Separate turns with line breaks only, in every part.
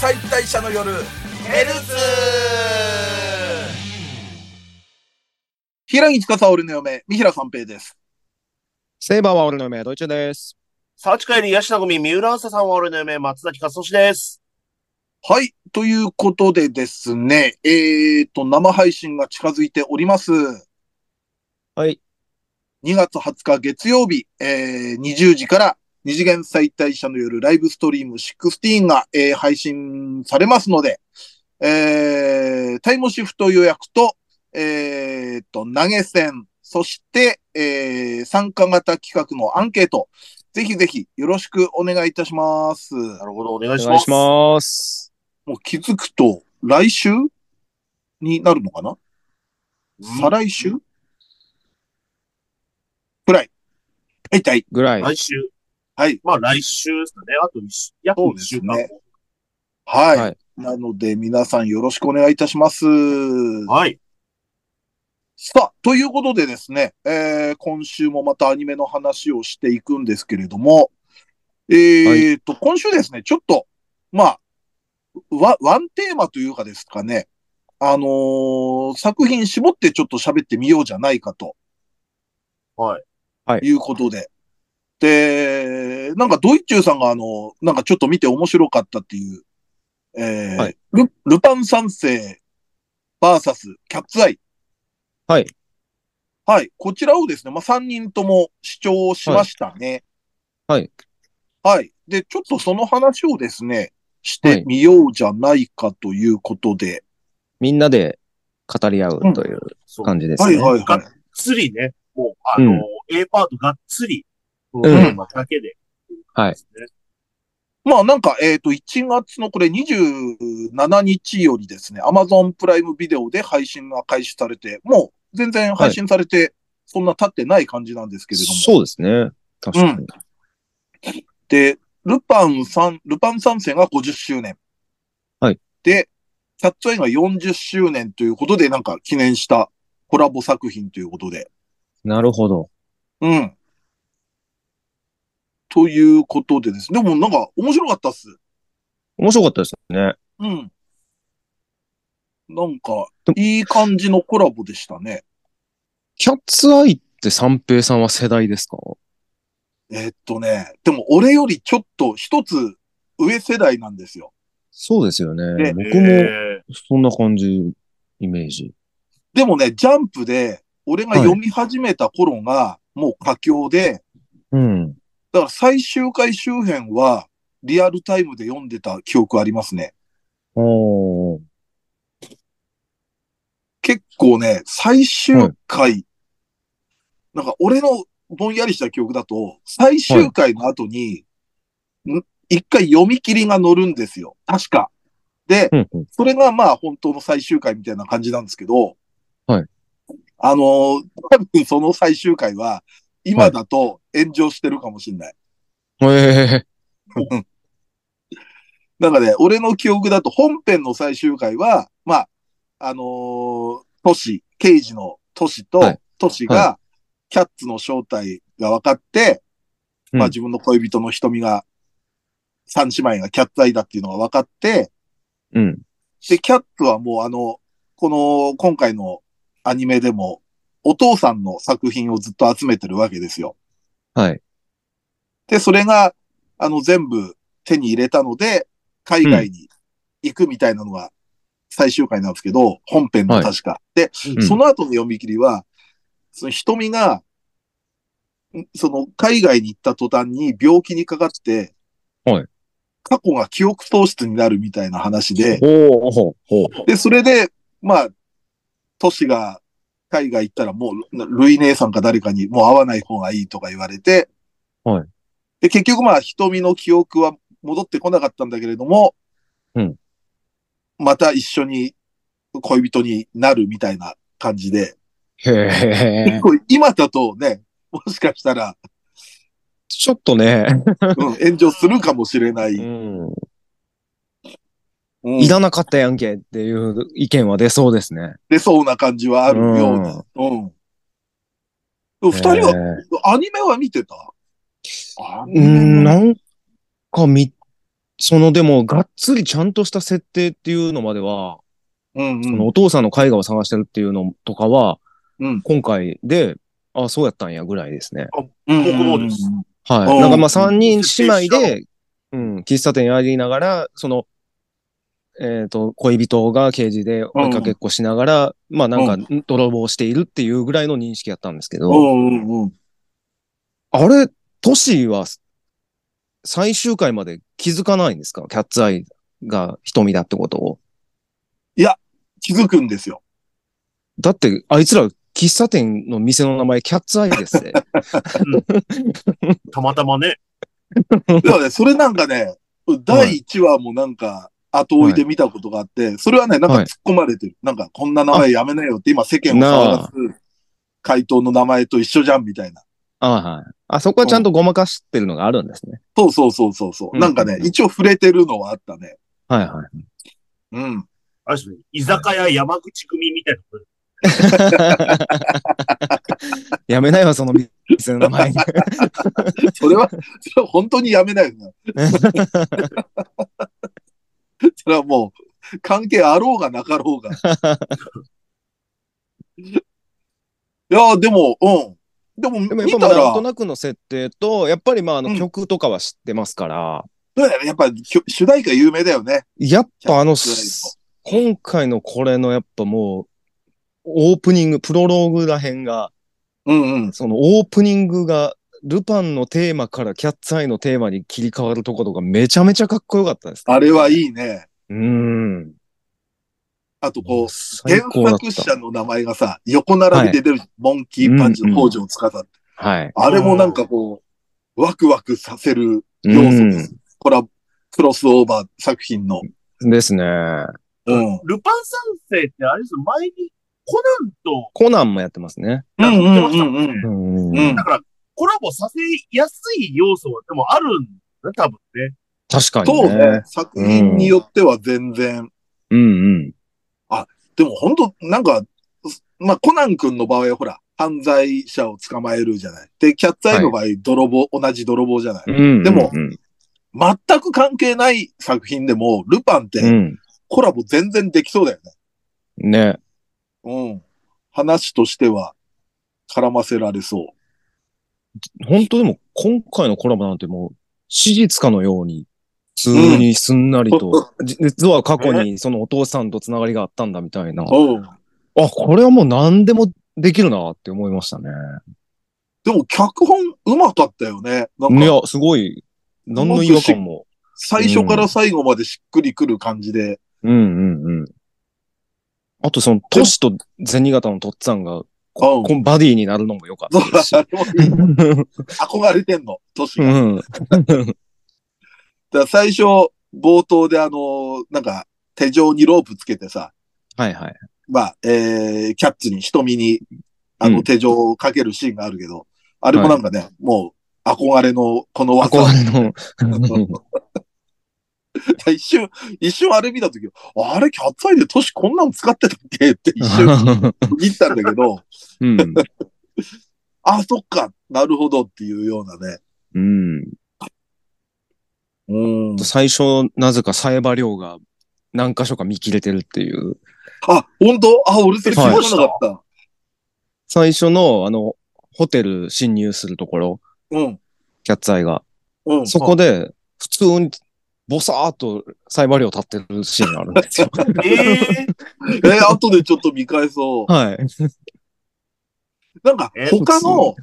解体者の夜ヘルツ平木司俺の嫁三平三平です
セイバーは俺の夢、ドイツです。
サーチ会にヤシナゴミ、三浦朝さんは俺の嫁、松崎勝利です。
はいということでですねえーと生配信が近づいております
はい。
2月20日月曜日、えー20時から二次元再退者の夜ライブストリーム16が、えー配信されますので、えータイムシフト予約と、えーと、投げ銭、そして、えー参加型企画のアンケート、ぜひぜひよろしくお願いいたします。
なるほど、お願
お
いし
願
ま
い
す。
します。
もう気づくと来週になるのかな、
うん
再来週くらい。はい、はい。
ぐらい。
来週。
はい。
まあ来週ですかね。あと一週、約
そう
1
です
週
ね
間後。
はい。
はい
なので、皆さんよろしくお願いいたします。
はい。
さあ、ということでですね、えー今週もまたアニメの話をしていくんですけれども、えーと、今週ですね、ちょっと、まあ、わ、ワンテーマというかですかね、あのー作品絞ってちょっと喋ってみようじゃないかと。
はい。
はい
いうことで。で、なんかドイッチューさんがあの、なんかちょっと見て面白かったっていう、えー
はい
ル、ルパン三世バーサスキャッツアイ。
はい。
はい。こちらをですね、まあ、3人とも視聴しましたね。
はい。
はい。で、ちょっとその話をですね、してみようじゃないかということで。
みんなで語り合うという
そう。がっ
感じです
はい、
ね。
はい、はい。
つりね。もう、あの、
うん
A パートがっつり、うんん、だけで。
はい
ですね。
まあなんか、えっ、と、1月のこれ27日よりですね、Amazon プライムビデオで配信が開始されて、もう全然配信されて、そんな経ってない感じなんですけれども。
そうですね。確かに。
で、ルパン三、ルパン三世が50周年。
はい。
で、キャッツアイが40周年ということで、なんか記念したコラボ作品ということで。
なるほど。
うん。ということでですね。でもなんか面白かったっす。
面白かったですね。
うん。なんか
で、も
いい感じのコラボでしたね。
キャッツアイって三平さんは世代ですか
えーっとね、でも俺よりちょっと一つ上世代なんですよ。
そうですよ
ね
ね。僕も
え
そんな感じ、イメージ。
でもね、ジャンプで、俺が読み始めた頃が、もう佳境で、
うん。
だから最終回周辺は、リアルタイムで読んでた記憶ありますね。
おー。
結構ね、最終回、なんか俺のぼんやりした記憶だと、最終回の後に、ん一回読み切りが乗るんですよ。確か。で、
うんうん
それがまあ本当の最終回みたいな感じなんですけど、
はい。
あのー多分その最終回は、今だと炎上してるかもしれない。
ええ
なんかね、俺の記憶だと本編の最終回は、まあ、あのートシ、刑事のトシと、
はい
トシが、キャッツの正体が分かって、ま
う
あ
ん
自分の恋人の瞳が、三姉妹がキャッツアイだっていうのが分かって、
うん。
で、キャッツはもうあの、この、今回のアニメでも、お父さんの作品をずっと集めてるわけですよ。
はい。
で、それが、あの、全部手に入れたので、海外に行くみたいなのが最終回なんですけど、本編の確か。で、
うん
その後の読み切りは、その瞳が、んその海外に行った途端に病気にかかって、
はい
過去が記憶喪失になるみたいな話で、
おー、ほう、ほう。
で、それで、まあ、都市が海外行ったらもう、ルイ姉さんか誰かにもう会わない方がいいとか言われて、
はい。
で、結局まあ、瞳の記憶は戻ってこなかったんだけれども、
うん。
また一緒に恋人になるみたいな感じで、
へえ
結。構今だとね、もしかしたら、
ちょっとね、
うん、炎上するかもしれない。
うん、
うん
いらなかったやんけっていう意見は出そうですね。
出そうな感じはあるような。うん。でも二人は、
え
アニメは見てたア
ーうん、なんか見そのでも、がっつりちゃんとした設定っていうのまでは、
うん
そうの
ん。
お父さんの絵画を探してるっていうのとかは、
うん
今回で、あそうやったんやぐらいですね。
僕もです。
は
う
い。
ん
なんかまあ3人姉
設
妹
定
で、うん、喫茶店やりながら、その、えっ、と、恋人が刑事で追いかけっこしながら、まあなんか泥棒しているっていうぐらいの認識やったんですけど、
うんうんうん。
あれ、トシは最終回まで気づかないんですかキャッツアイが瞳だってことを。
気づくんですよ。
だって、あいつら喫茶店の店の名前キャッツアイで すね。
たまたまね。
だからね、それなんかね、第1話もなんか、後追いで見たことがあって、それはね、なんか突っ込まれてる。なんか、こんな名前やめなよって、今世間を騒がす回答の名前と一緒じゃん、みたいな。
あはい。あそこはちゃんとごまかしてるのがあるんですね。
そうそうそうそうそう。なんか
うん
ね
う、んうん
一応触れてるのはあったね。
はいはい。
うん。
あれですね。居酒屋山口組みたいなことで。
やめないわ、その店の名 前。
それは、それは本当にやめないよな。 それはもう、関係あろうがなかろうが。いやー、でも、うん。でも、
でもやっ
見た
ぱまあなん
ら
と、なくの設定と、やっぱりまああ
う
の
ん
曲とかは知ってますから、
そうだよねやっぱきょ主題歌有名だよね。
やっぱあの
キャッツ、
今回のこれのやっぱもう、オープニング、プロローグらへんが、
うんうん。
そのオープニングが、ルパンのテーマからキャッツアイのテーマに切り替わるとことかめちゃめちゃかっこよかったです。
あれはいいね。
うーん。
あとこう、
最
原
高だっ
作者
た。
の名前がさ、横並びで出る、モンキーパンチの北条司って。
はい。
あれもなんかこう、ワクワクさせる要素です。コラボ、クロスオーバー作品の。
うんですね。
うん。
ルパン三世ってあれですよ。前にコナンと
コナンもやってますね。
うんう
や
ん
っ
う
てました
ん
も
うんん
ね。
うん
うん
だから、コラボさせやすい要素はでもあるんだね、多分ね。
確かに
そうね
ね。。
作品によっては全然。
うんうん。
でも本当なんか、まあ、コナン君の場合はほら、犯罪者を捕まえるじゃない。で、キャッツアイの場合、泥棒、同じ泥棒じゃない。
うん
でも
うん
全く関係ない作品でも、ルパンっ
う
て
ん。
コラボ全然できそうだよね。
うんね。
うん。話としては、絡ませられそう。
本当でも、今回のコラボなんてもう、史実かのように、普通にすんなりと、じ実は過去にそのお父さんとつながりがあったんだみたいな。あ、
うん。
これはもう何でもできるなって思いましたね。
でも、脚本うまかったよね。なん
い
か、
や、すごい、何の違和感も。
最初から最後までしっくりくる感じで。
うんうんうん。あとその、トシと銭形のとっつぁんが、
うん。
こんバディになるのも良かったですし
そうあれもいい憧れてんの、トシ
う
が。だか
ん。
ら最初、冒頭であの、なんか、手錠にロープつけてさ、
はいはい。
まあ、えー、キャッツに、瞳に、あ
う
の、
ん
手錠をかけるシーンがあるけど、あれもなんかね、もう、憧れの、この技。
憧れの。
一瞬、一瞬あれ見たとき、あれ、キャッツアイでトシこんなん使ってたっけって一瞬、 言ったんだけど、
うん。
あ、そっか、なるほどっていうようなね。
うん。
うん
最初、なぜかサイバ量が何箇所か見切れてるっていう。
あ、本当あ、俺それ気づかなかった。
最初の、あの、ホテル侵入するところ、
うん。
キャッツアイが。
うん。
そこで、普通に、ボサーっとサイバ量立ってるシーンがあるんですよ。
ええ
えー、後でちょっと見返そう。
はい。
なんか
え、
他の、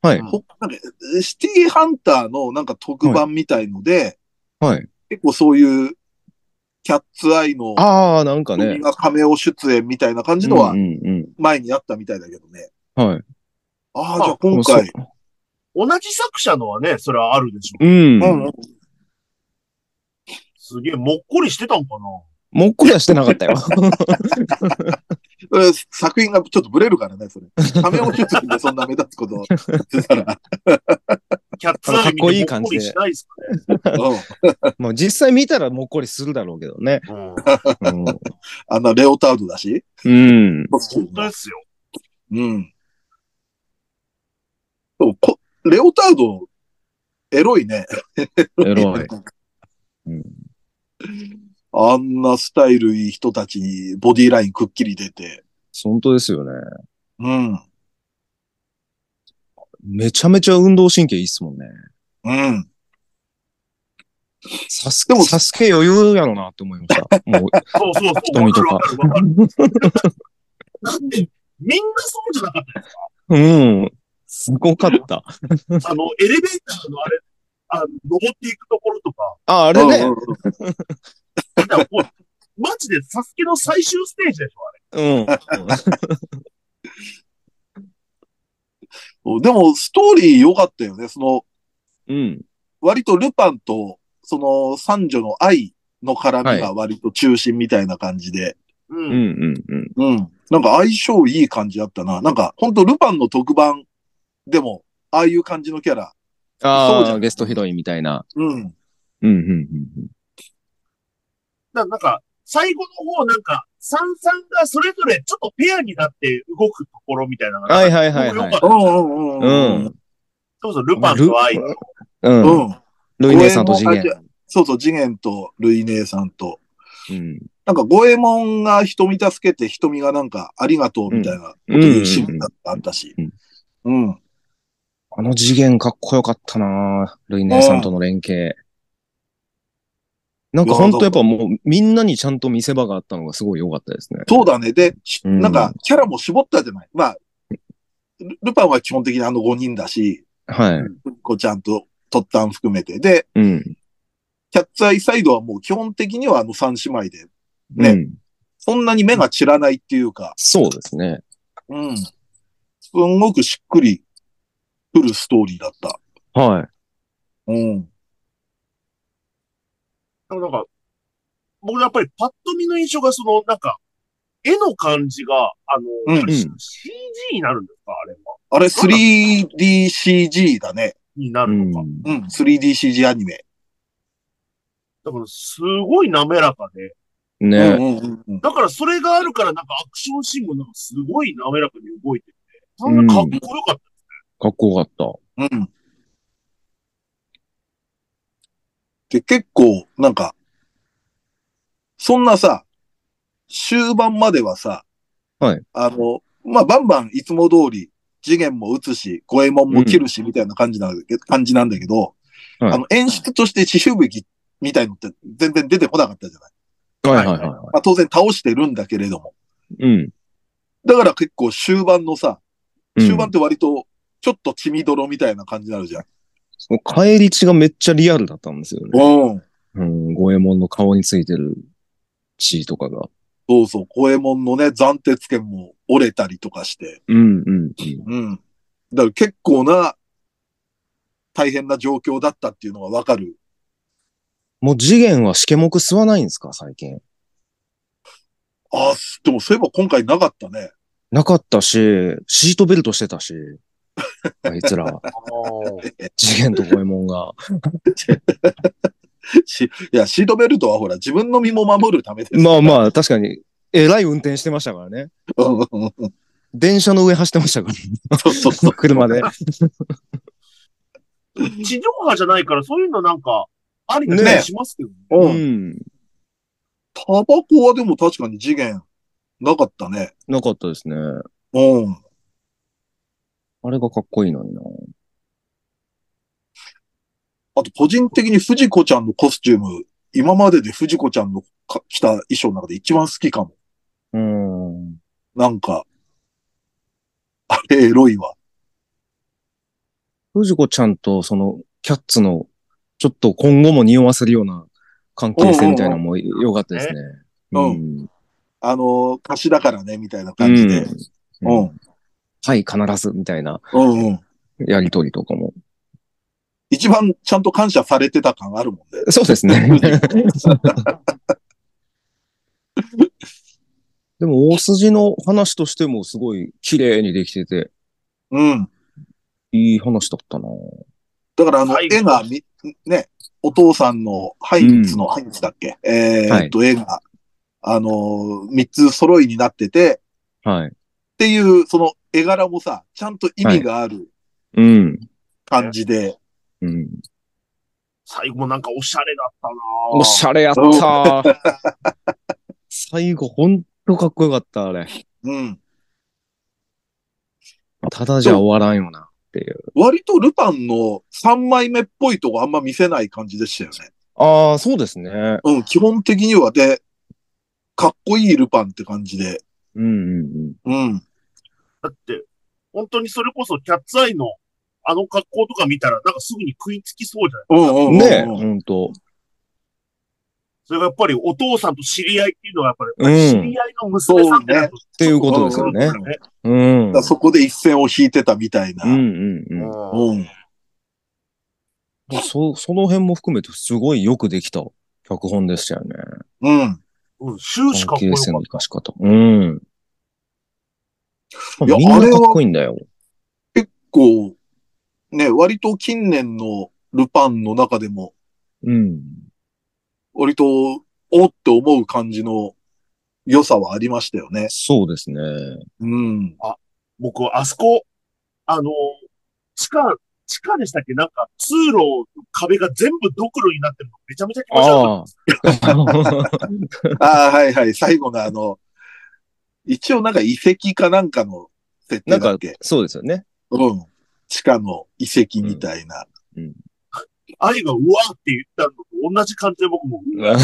はい。
ほなんかシティハンターのなんか特番みたいので、
はい。
結構そういう、キャッツアイの、
ああ、なんか
君
ね。
が亀を出演みたいな感じの
う
は
ん、うん
前にあったみたいだけどね。
うん。はい。
ああ、じゃあ今回。
同じ作者のはね、それはあるでしょ。
うん。
うん。
すげえ、もっこりしてたんかな
もっこりはしてなかったよ。
それ作品がちょっとブレるからね、それ。亀を出演でそんな目立つこと をしてたら。
キャッツア
か
イ見て
っこいい
もっ
感
こ
じ
り
で
しないですかね。
うん。
まあ実際見たらもっこりするだろうけどね。
うん。
うん。
あの、レオタードだし。
うん。
本当ですよ。
うん。そうこレオタード、エロいね。
エロい。うん
あんなスタイルいい人たちにボディラインくっきり出て。
本当ですよね。
うん。
めちゃめちゃ運動神経いいっすもんね。
うん。
サスケ、
でも
サスケ余裕やろなって思いました。もう、
そうそうそう。
瞳とか
わかるわかるわかる。なんで、みんなそうじゃなかった
うん。 すごかった。
ですかあの、エレベーターのあれ、あの登っていくところとか、
あ、あれね。
みんなもう、マジでサスケの最終ステージでしょ、あれ。
うん。
うん。でも、ストーリー良かったよね。その、
うん。
割とルパンと、その、三女の愛の絡みが割と中心みたいな感じで。
う。
うん
うん。うん。
うん。なんか相性いい感じだったな。なんか、ほんとルパンの特番でも、ああいう感じのキャラ。そうじゃ
ああ、
ん
ゲストヒロインみたいな。
うん。
うん。うん。うん
だなんか、最後の方、なんか、三三がそれぞれちょっとペアになって動くところみたいなのが。
はいはいはいはい
僕よか
う
った
んうんうん。
そうそう、ルパンとアイ。
うん。
う
うん。
ん。
ルイネさんと次
五右衛門あ
元。
そうそう、次元とルイ姉さんと。
うん。
なんか、五右衛門が瞳助けて、瞳がなんか、ありがとうみたいなこと言うシーンだったあったし。うん。
あの次元かっこよかったなルイネさんとの連携。なんか本当やっぱもうみんなにちゃんと見せ場があったのがすごい良かったですね。
そうだね。で、し
うん
なんか、キャラも絞ったじゃない。まあ、ルルパンは基本的にあの5人だし、
はい。
こうちゃんと、トッタン含めて。で、
うん。
キャッツアイサイドはもう基本的にはあの三姉妹で、ね
うん。
そんなに目が散らないっていうか、
そうですね。
うん。すんごくしっくりくるストーリーだった。
は
うん。
でもなんか、僕やっぱりパッと見の印象がその、なんか、絵の感じが、あの、
うん
あれ
うん。
CG になるんですかあれは。
あれ 3DCG だね。
にない
う
るのか。
ん。
うん。3DCG アニメ。
だから、すごい滑らかで。
う
ね
んうんうんうん。
だから、それがあるから、なんかアクションシーンもなんかすごい滑らかに動いてて、そんなかっこよかった。
かっこよかった。
うん。で、結構、なんか、そんなさ、終盤まではさ、
はい。
あの、まあ、バンバンいつも通り、次元も打つし、五右衛門も切るし、みたいな感じなんだけど、感じなんだけど、
はい
あの、演出として地響きみたいのって全然出てこなかったじゃない。
はいはいはいは
まあ、当然倒してるんだけれども。
い。うん。
だから結構終盤のさ、
うん
終盤って割と、ちょっと血みどろみたいな感じになるじゃん。
その帰り血がめっちゃリアルだったんですよね。
うん。
うん。五右衛門の顔についてる血とかが。
そうそう、五右衛門のね、斬鉄剣も折れたりとかして、
うんうん
うん。だから結構な、大変な状況だったっていうのがわかる。
もう次元はしけもく吸わないんですか最近。
ああ、すでもそういえば今回なかったね。
なかったし、シートベルトしてたし、 あいつら、次元と五右衛門が。
しいや、シートベルトはほら、自分の身も守るためで。
まあまあ、確かに、えらい運転してましたからね。
うんうんうん
電車の上走ってましたか
そうそうそ
ら、
う。
車で。
地上波じゃないから、そういうのなんか、ありな気
ね
がしますけどね。
う。
うんん。
タバコはでも確かに次元、なかったね。
なかったですね。
うん。
あれがかっこいいのにな。
あと、個人的に藤子ちゃんのコスチューム、今までで藤子ちゃんのか着た衣装の中で一番好きかも。
うん。
なんか、あれ、エロいわ。
藤子ちゃんと、その、キャッツの、ちょっと今後も匂わせるような関係性みたいなのも良かったですね。
うん
ん。
あの、歌詞だからね、みたいな感じで。
うん。
う
うんんはい、必ず、みたいな
うんうん。
やりとりとかも。
一番ちゃんと感謝されてた感あるもんね。
そうですね。 でも、大筋の話としてもすごい綺麗にできてて、
うん。
いい話だったな
だから、あの、
はい
絵がみ、ね、お父さんのハインツの、ハインツだっけえーっと、絵が、あのー、三つ揃いになってて、
はい。
っていう、その絵柄もさ、ちゃんと意味がある
うん。
感じで、
うん。
最後もなんかおしゃれだったな
おしゃれやったー。最後、ほんとかっこよかった、あれ。
うん。
ただじゃ終わらんよな、っていう。
割とルパンの3枚目っぽいとこあんま見せない感じでしたよね。
ああ、そうですね。
うん、基本的にはで、かっこいいルパンって感じで。
うんうん
うん。
だって、本当にそれこそキャッツアイのあの格好とか見たら、なんかすぐに食いつきそうじゃない
うんうんうん
う
うん
ん。ねえ、ほんと。
それがやっぱりお父さんと知り合いっていうのはやっぱり、
うん
知り合いの娘さんってなると
っていうことですよね。うん。
だからそこで一線を引いてたみたいな。
うんうんうん。
う
うん。
そ、その辺も含めてすごいよくできた脚本でしたよね。
うん。
ん。うん。終始かっ
関係
こよかっ
性の生
た。
かし方。うん。
いや
みんなかっこいいんだよ。
こう、ね、割と近年のルパンの中でも、
うん。
割と、おって思う感じの良さはありましたよね。
そうですね。
うん。
僕はあそこ、あの、地下、地下でしたっけなんか通路、壁が全部ドクロになってるのめちゃめちゃ気持ち悪かっ
ああ。
ああ、はいはい。最後のあの、一応なんか遺跡かなんかの設
な
定
ん
だ
か
っけ、
そうですよね。
うん。地下の遺跡みたいな。
た。愛がうわーって言ったのと同じ感じで僕も、うわ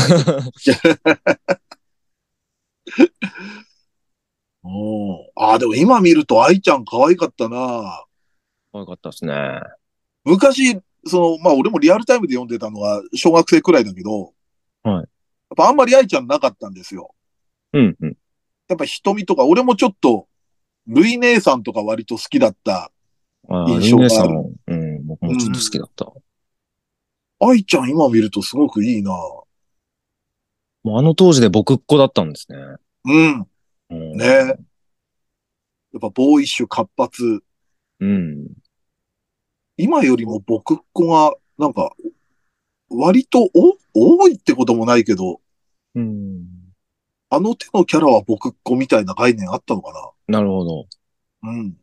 うん、ああ、でも今見ると愛ちゃん可愛かったな。
よかったですね。
昔、その、まあ俺もリアルタイムで読んでたのは小学生くらいだけど、
はい
やっぱあんまり愛ちゃんなかったんですよ。
うんうん。
やっぱ瞳とか、俺もちょっと、ルイ姉さんとか割と好きだった。
ああ、
印
リ
象
ン
がある
ネさんも、うん、僕もちょっと好きだった。
愛ちゃん今見るとすごくいいな
もうあの当時で僕っ子だったんですね。
うん。
うん、
ねえ。やっぱボーイッシュ活発。
うん。
今よりも僕っ子が、なんか、割とお多いってこともないけど、
うん。
あの手のキャラは僕っ子みたいな概念あったのか
なるほど。
なうん。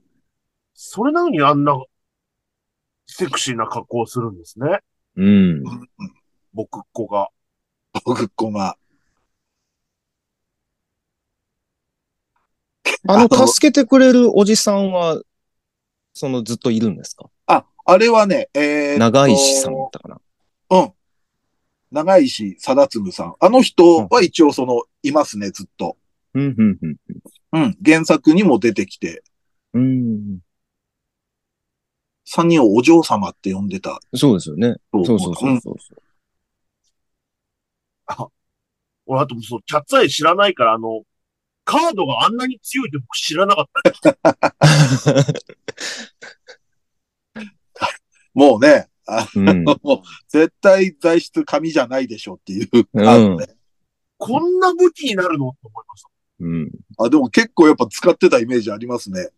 それなのにあんなセクシーな格好をするんですね。
うん。
僕っ子が。
僕っ子が。
あの、助けてくれるおじさんは、そのずっといるんですか
あ、あれはね、えーっと
長石さんだったかな。
うん。長石貞次さん。あの人は一応その、いますね、ずっと。
うん、うん、うん。
うん。原作にも出てきて、
うん。
三人をお嬢様って呼んでた。
そうですよね。そうそうそううんそう。
俺、あともうそう、キャッツアイ知らないから、あの、カードがあんなに強いって僕知らなかった。
もうね、あ
うん。
の、絶対材質紙じゃないでしょっていう。
うん
あのね
こんな武器になるのって思いました。
うん。
あ、でも結構やっぱ使ってたイメージありますね。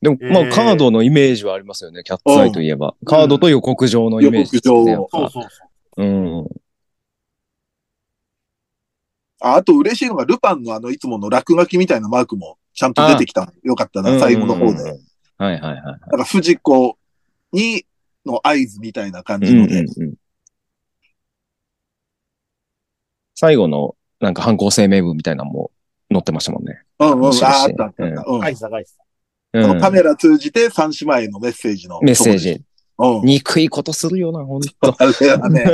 でも、ま
え
あ、
ー
カードのイメージはありますよね。キャッツアイといえば。カードと予告状のイメージですね、
予告状
やっぱ
そうそうそう。
うん。
ああと嬉しいのが、ルパンのあの、いつもの落書きみたいなマークもちゃんと出てきたの。よかったな、最後の方
うんうん
で。
うんはいはいはい。
なんか、藤子に、の合図みたいな感じので。
うんうんうん最後の、なんか犯行声明文みたいなのも載ってましたもんね。
うんうん、あ
面白い
あ
し
ったあったあった。うん
ガイザガイザ。
う
その
ん
カメラ通じて三姉妹のメッセージの。
メッセージ。
うん。
憎いことするよな、ほんと。
あれはね、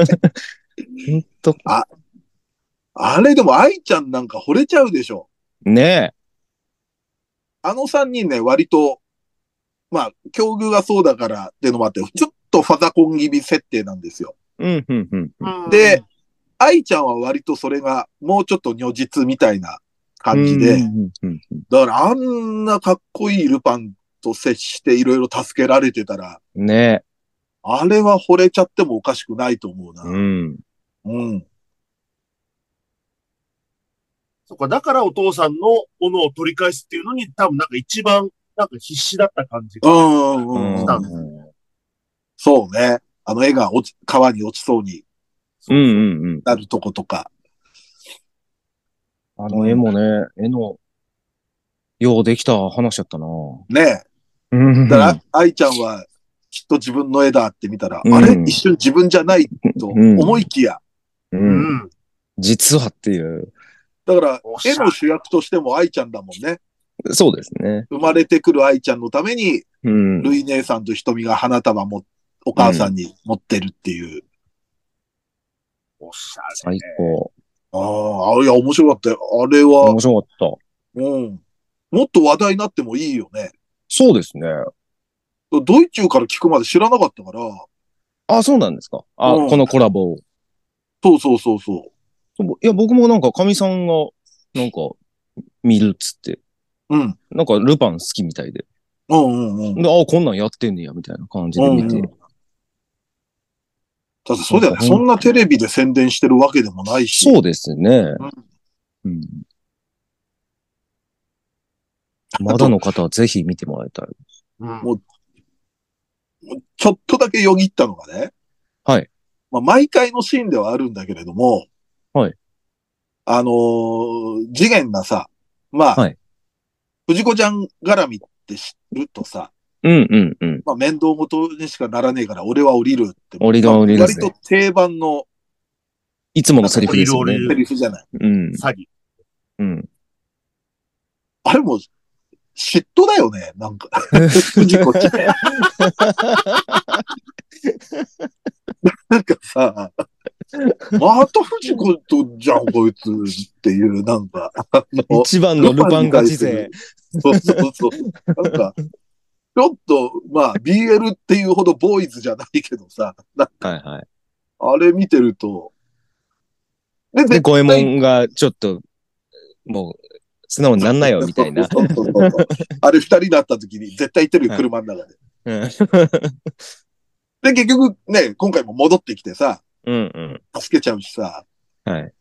ほんと。
あれでも愛ちゃんなんか惚れちゃうでしょ。
ね
あの三人ね、割と、まあ、境遇がそうだからってのもあって、ちょっとファザコン気味設定なんですよ。
え。うん、うん、うん。
うん
で、愛ちゃんは割とそれがもうちょっと如実みたいな感じで、
うんうん
だからあんなかっこいいルパンと接していろいろ助けられてたら、
うんねえ。
あれは惚れちゃってもおかしくないと思うな。
うん。
うん。
そっか、だからお父さんの斧を取り返すっていうのに、多分なんか一番、なんか必死だった感じ
う
が。
ん、う、
うん
うん
ん。
した
そうね。あの絵が落ち、川に落ちそうに
うん、うん、うん。
なるとことか。
あの絵もね、絵の、ようできた話だったな
ねえ。
うん
だから、愛ちゃんは、きっと自分の絵だって見たら、
うん
あれ一瞬自分じゃないと思いきや、
う。
うんん。
実はっていう。
だから
おっ、しゃ
絵の主役としても愛ちゃんだもんね。
そうですね。
生まれてくる愛ちゃんのために、
うん。
ルイ姉さんと瞳が花束も、お母さんに持ってるっていう。
おっしゃれ
最。高。
ああ、いや、面白かったよ。あれは
面、白かった。
うん。もっと話題になってもいいよね。
そうですね。
ドイチューから聞くまで知らなかったから、
あ、そうなんですか。あ、
うん
このコラボを。
そうそうそうそ
そういや、僕もなんか、かみさんが、なんか、見るっつって。
う。うん。
なんか、ルパン好きみたいで。
うんうんうん。
で、あ、こんなんやってんねや、みたいな感じで見て。
うんうんただそうだよね。そんなテレビで宣伝してるわけでもないし。
そうですね。うん。まだの方はぜひ見てもらいたい。
うん
もうちょっとだけよぎったのがね。
はい。
まあ、毎回のシーンではあるんだけれども。
はい。
あのー次元がさ、まあ、
はい
藤子ちゃん絡みって知るとさ、
うんうんうん。
まあ、面倒事にしかならねえから俺は降りるって。
俺が降りる
ま
で
あ
す
割
ね
と定番の
いつものセリフですよね
い。ろい
セリフじゃない。
うん。
詐欺。
うん。
あれも、嫉妬だよね、なん か。藤子ちゃん。なんかさ、また藤子とじゃん、こいつっていう、なんか、あの、
一番のルパンガチ勢。
そうそうそう。なんか、ちょっと、まあ、BL っていうほどボーイズじゃないけどさ、な
はいはい。
あれ見てると、で、
で、五右衛門がちょっと、もう、素直になんなよ、みたいな。
そうそうそうそうあれ二人だった時に絶対行ってるよ、
はい
車の中で。
うん
で、結局ね、今回も戻ってきてさ、
うんうん。
助けちゃうしさ、
はい。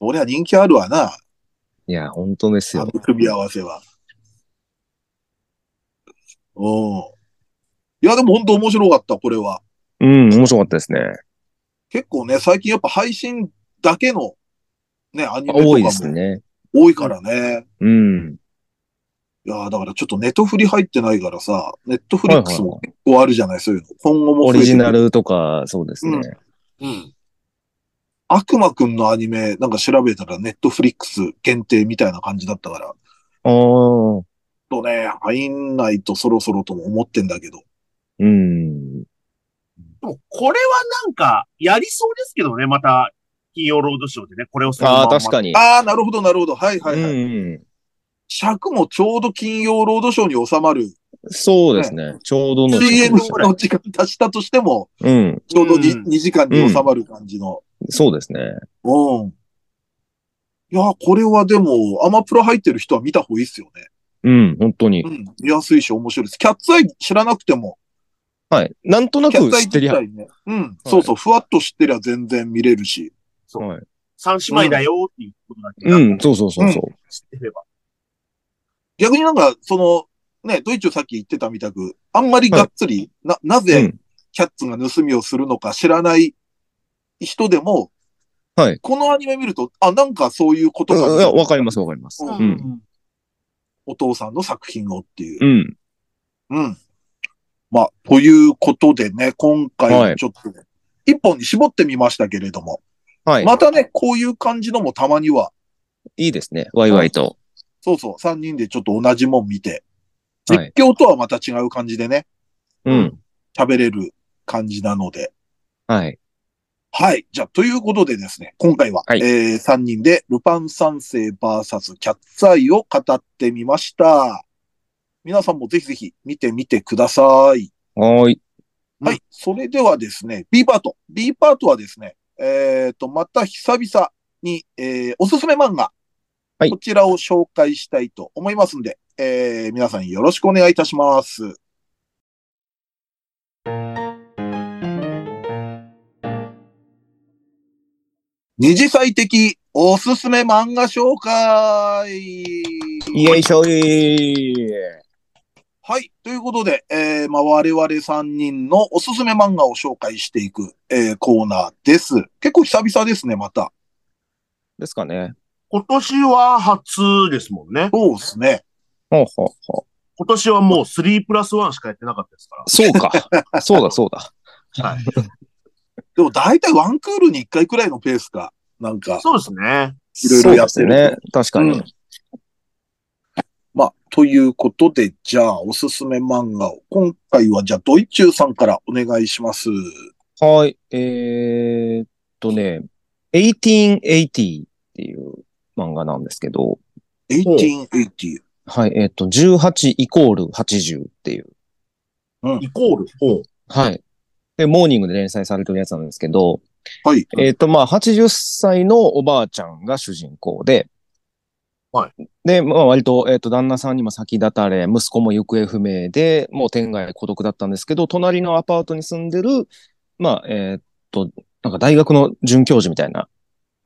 俺は人気あるわな、
いや、本当です
あ
よ
の。組み合わせは。うん。いや、でも本当面白かった、これは。
うん、面白かったですね。
結構ね、最近やっぱ配信だけの、ね、アニメとか
多いです
も
ね。
多いからね。
うん。
いや、だからちょっとネットフリ入ってないからさ、ネットフリックスも結構あるじゃない、そういうの。今後も増
オ
えてく
リ
る
ジナルとか、そうですね。
うん。
悪魔くんのアニメなんか調べたらネットフリックス限定みたいな感じだったから、ち
ああ。
ょっとね、入んないとそろそろとも思ってんだけど。
うん。
でも、これはなんか、やりそうですけどね、また、金曜ロードショーでね、これをそのま
ああ、
んま
確かに。
ああ、なるほど、なるほど。はいはいはい。
うん。
尺もちょうど金曜ロードショーに収まる。
そうですね。ちょうどの。
CM の時間足したとしても、
うん。
ちょうど 2,、
うん
二時間に収まる感じの。
そうですね。
うん。いやー、これはでも、アマプラ入ってる人は見た方がいいっすよね。
うん、本当に
う。ん。見やすいし面白いです。キャッツアイ知らなくても、
はい。なんとなく
キャッツアイ
知っ
自
てりゃ。はい。
体ね。うん。そうそう。ふわっと知ってりゃ全然見れるし。
三姉妹だよっていうことだ け、
うん、そうそうそうそう。
知ってれば。
逆になんか、その、ね、ドイツをさっき言ってたみたく、あんまりがっつり、な、な
う
ぜ
ん
キャッツが盗みをするのか知らない人でも、
はい
このアニメ見ると、あ、なんかそういうこと
うんいや
が、
わかります、わかります。
うん
うん。
お父さんの作品をっていう
う。ん。
うん。まあ、ということでね、今回
は
はいちょっと、一本に絞ってみましたけれども、
はい。
またね、こういう感じのもたまには、
いいですね。ワイワイと。
そうそう、三人でちょっと同じもん見て、
は
実
い。
況とはまた違う感じでね、
うん。
喋れる感じなので。
はい。
はい。じゃあ、ということでですね、今回は、
はい
えー、3人でルパン三世 VS キャッツアイを語ってみました。皆さんもぜひぜひ見てみてください。
はーい。
はい。それではですね、B パート。B パートはですね、えっ、と、また久々に、えーおすすめ漫画。
はい
こちらを紹介したいと思いますんで、えー皆さんよろしくお願いいたします。二次祭的おすすめ漫画紹介
よいしょい
はい。ということで、えーまあ、我々3人のおすすめ漫画を紹介していく、えーコーナーです。結構久々ですね、また。
ですかね。
今年は初ですもんね。
そうですね。
ほうほうほ
今年はもう3プラス1しかやってなかったですか
そう か。そうだ、そうだ。
ら。はい。
でも大体ワンクールに一回くらいのペースか。なんか、
そうですね。
いろいろやって
そう
る。
ですね。確かに。
うんまあ、ということで、じゃあ、おすすめ漫画を。今回は、じゃあ、ドイチューさんからお願いします。
はい。えー、っとね、1880っていう漫画なんですけど、
1880。
はい。えーっと、18イコール80っていう。
イコール。ほう。
はい。で、モーニングで連載されてるやつなんですけど、
はい。
えっ、と、まあ、80歳のおばあちゃんが主人公で、。
はい
で、まあ、割と、えっ、と、旦那さんにも先立たれ、息子も行方不明で、もう天涯孤独だったんですけど、隣のアパートに住んでる、まあ、えっ、と、なんか大学の准教授みたいな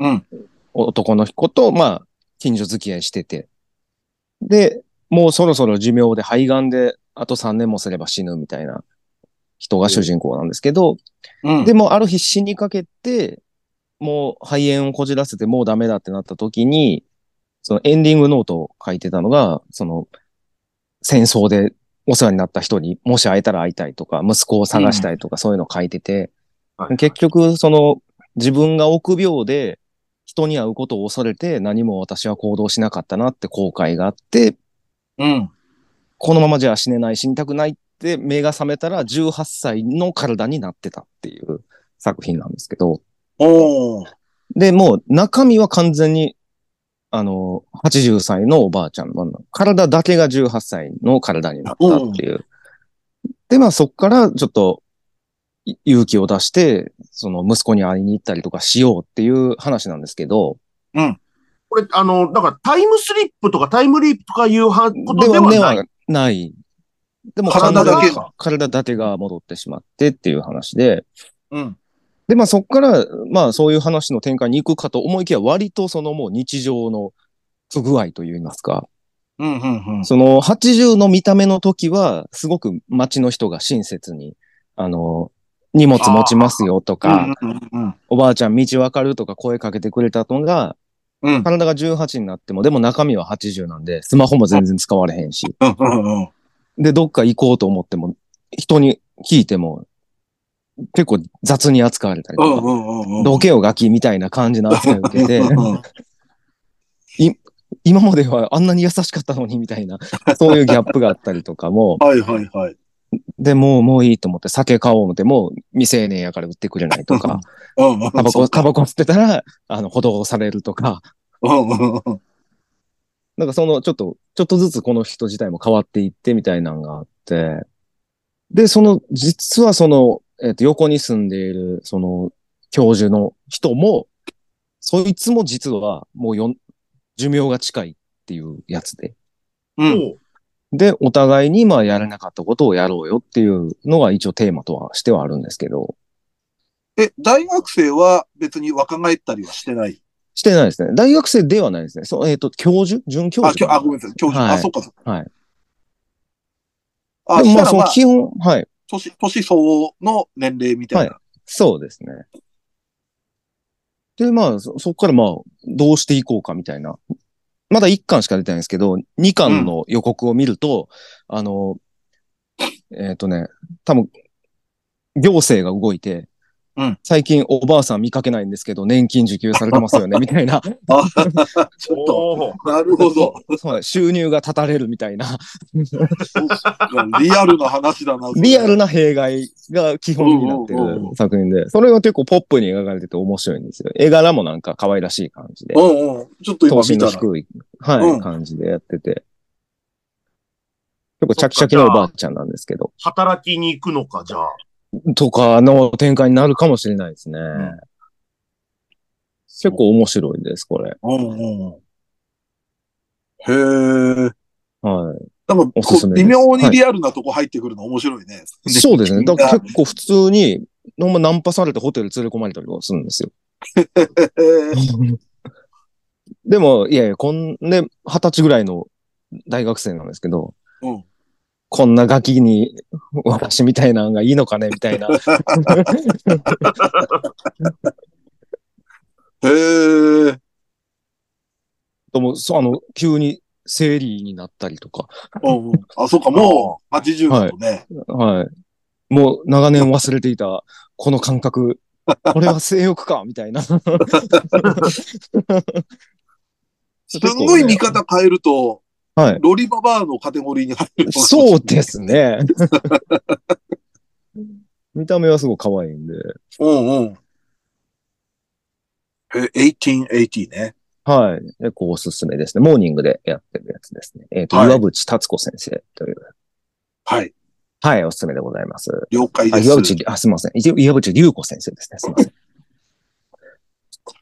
うん。
男の子と、まあ、近所付き合いしてて、で、もうそろそろ寿命で肺がんで、あと3年もすれば死ぬみたいな人が主人公なんですけど、
うん。
でも、ある日死にかけて、もう肺炎をこじらせてもうダメだってなった時に、そのエンディングノートを書いてたのが、その、戦争でお世話になった人にもし会えたら会いたいとか、息子を探したいとか、そういうの書いてて、
はい
結局、その、自分が臆病で、人に会うことを恐れて何も私は行動しなかったなって後悔があって、
うん。
このままじゃ死ねない、死にたくないって目が覚めたら18歳の体になってたっていう作品なんですけど。
おー。
で、もう中身は完全に、あの、80歳のおばあちゃんの漫画体だけが18歳の体になったっていう。で、まあそっからちょっとい勇気を出して、その息子に会いに行ったりとかしようっていう話なんですけど、
これ、あの、だからタイムスリップとかタイムリープとかいうはことでは
で
ない。
はない。でも
体だけが
体だけが戻ってしまってっていう話で、
うん。
で、まあそこから、まあそういう話の展開に行くかと思いきや、割とそのもう日常の不具合といいますか、
うん。うん。うん。
その80の見た目の時は、すごく街の人が親切に、あの、荷物持ちますよとか、
うん。うん。
おばあちゃん道わかるとか声かけてくれたのが、
うん。
体が18になっても、でも中身は80なんで、スマホも全然使われへんし、
うん。うん。
で、どっか行こうと思っても、人に聞いても、結構雑に扱われたりとか、
うん。
どけよガキみたいな感じの扱いを受けて、
うん。
今まではあんなに優しかったのにみたいな、そういうギャップがあったりとかも、
はいはいはい。
で、もうもういいと思って酒買おう思って、もう未成年やから売ってくれないとか、
うんうん。
タバ
そう
コ、タバコ吸ってたら、あの、補導されるとか、
うんうんうん。
なんかその、ちょっと、ちょっとずつこの人自体も変わっていってみたいなのがあって、で、その、実はその、えっ、と、横に住んでいる、その、教授の人も、そいつも実は、もうよん、寿命が近いっていうやつで。
うん。
ほう
で、お互いに、まあ、やらなかったことをやろうよっていうのが一応テーマとはしてはあるんですけど、
え、大学生は別に若返ったりはしてない。
してないですね。大学生ではないですね。そう、えっ、と、教授准教
あ、き
授
ょあごめんなさい。教授。
はい
あ、そっかそっか。
はい。
あ、
で
し
もま
たら
あ、そ
ま
の
あ、
基本、はい。
年、年相応の年齢みたいな。
そうですね。で、まあ、そそこからまあ、どうしていこうかみたいな。まだ1巻しか出てないんですけど、2巻の予告を見ると、あの、えっ、とね、多分、行政が動いて、
うん
最近おばあさん見かけないんですけど、年金受給されてますよ ね、みたいな。
ちょっと、
おー
なるほど。
そうだ収入が断たれるみたいな、
リアルな話だな。それ
リアル。な弊害が基本になって
うんうんうんう
る作品で、それが結構ポップに描かれてて面白いんですよ。絵柄もなんか可愛らしい感じで
う、んうん。ちょっと今
等身
見た
の
ら。
低い、はい、
うん
感じでやってて。結構チャキチャキのおばあちゃんなんですけど、
働きに行くのか、じゃあ。
とかの展開になるかもしれないですね。
ん
結構面白いです、これ。
うんうん。へえ。
は
でも、こ
おすす
う
め
微
です
妙にリアルなとこ入ってくるの面白いね。
い。そうですね。だから
ら
結構普通に、ほんまナンパされてホテル連れ込まれたりとかするんですよ。 でも、いやいや、こんで、二十歳ぐらいの大学生なんですけど、
うん
こんなガキに私みたいなのがいいのかねみたいな。
へえ。
ともそうあの、急に生理になったりとか、
うんうんあ、そうか、もう80だとね。
はい。もう長年忘れていた、この感 覚、これは性欲か、みたいな。す
すんごい見方変えると、
はい。
ロリババアのカテゴリーに入る。
そうですね。 見た目はすごい可愛いんで。
うんうん。え、1880ね。
はい。結構おすすめですね。モーニングでやってるやつですね。えっ、と、
はい
岩淵達子先生という。
はい。
はい、おすすめでございます。
了解
あ、
です。
岩淵、あ、すみません。一岩淵隆子先生ですね。すみ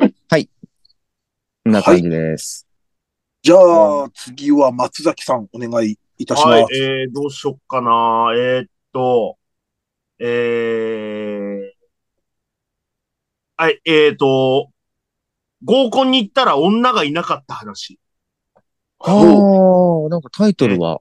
ません。はい。こんな感じです。
じゃあ、次は松崎さん、お願いいたします。
はい、えー、どうしよっかな。えーっと、えー、はい、えーっと、合コンに行ったら女がいなかった話。
ほう
ああ、なんかタイトルは。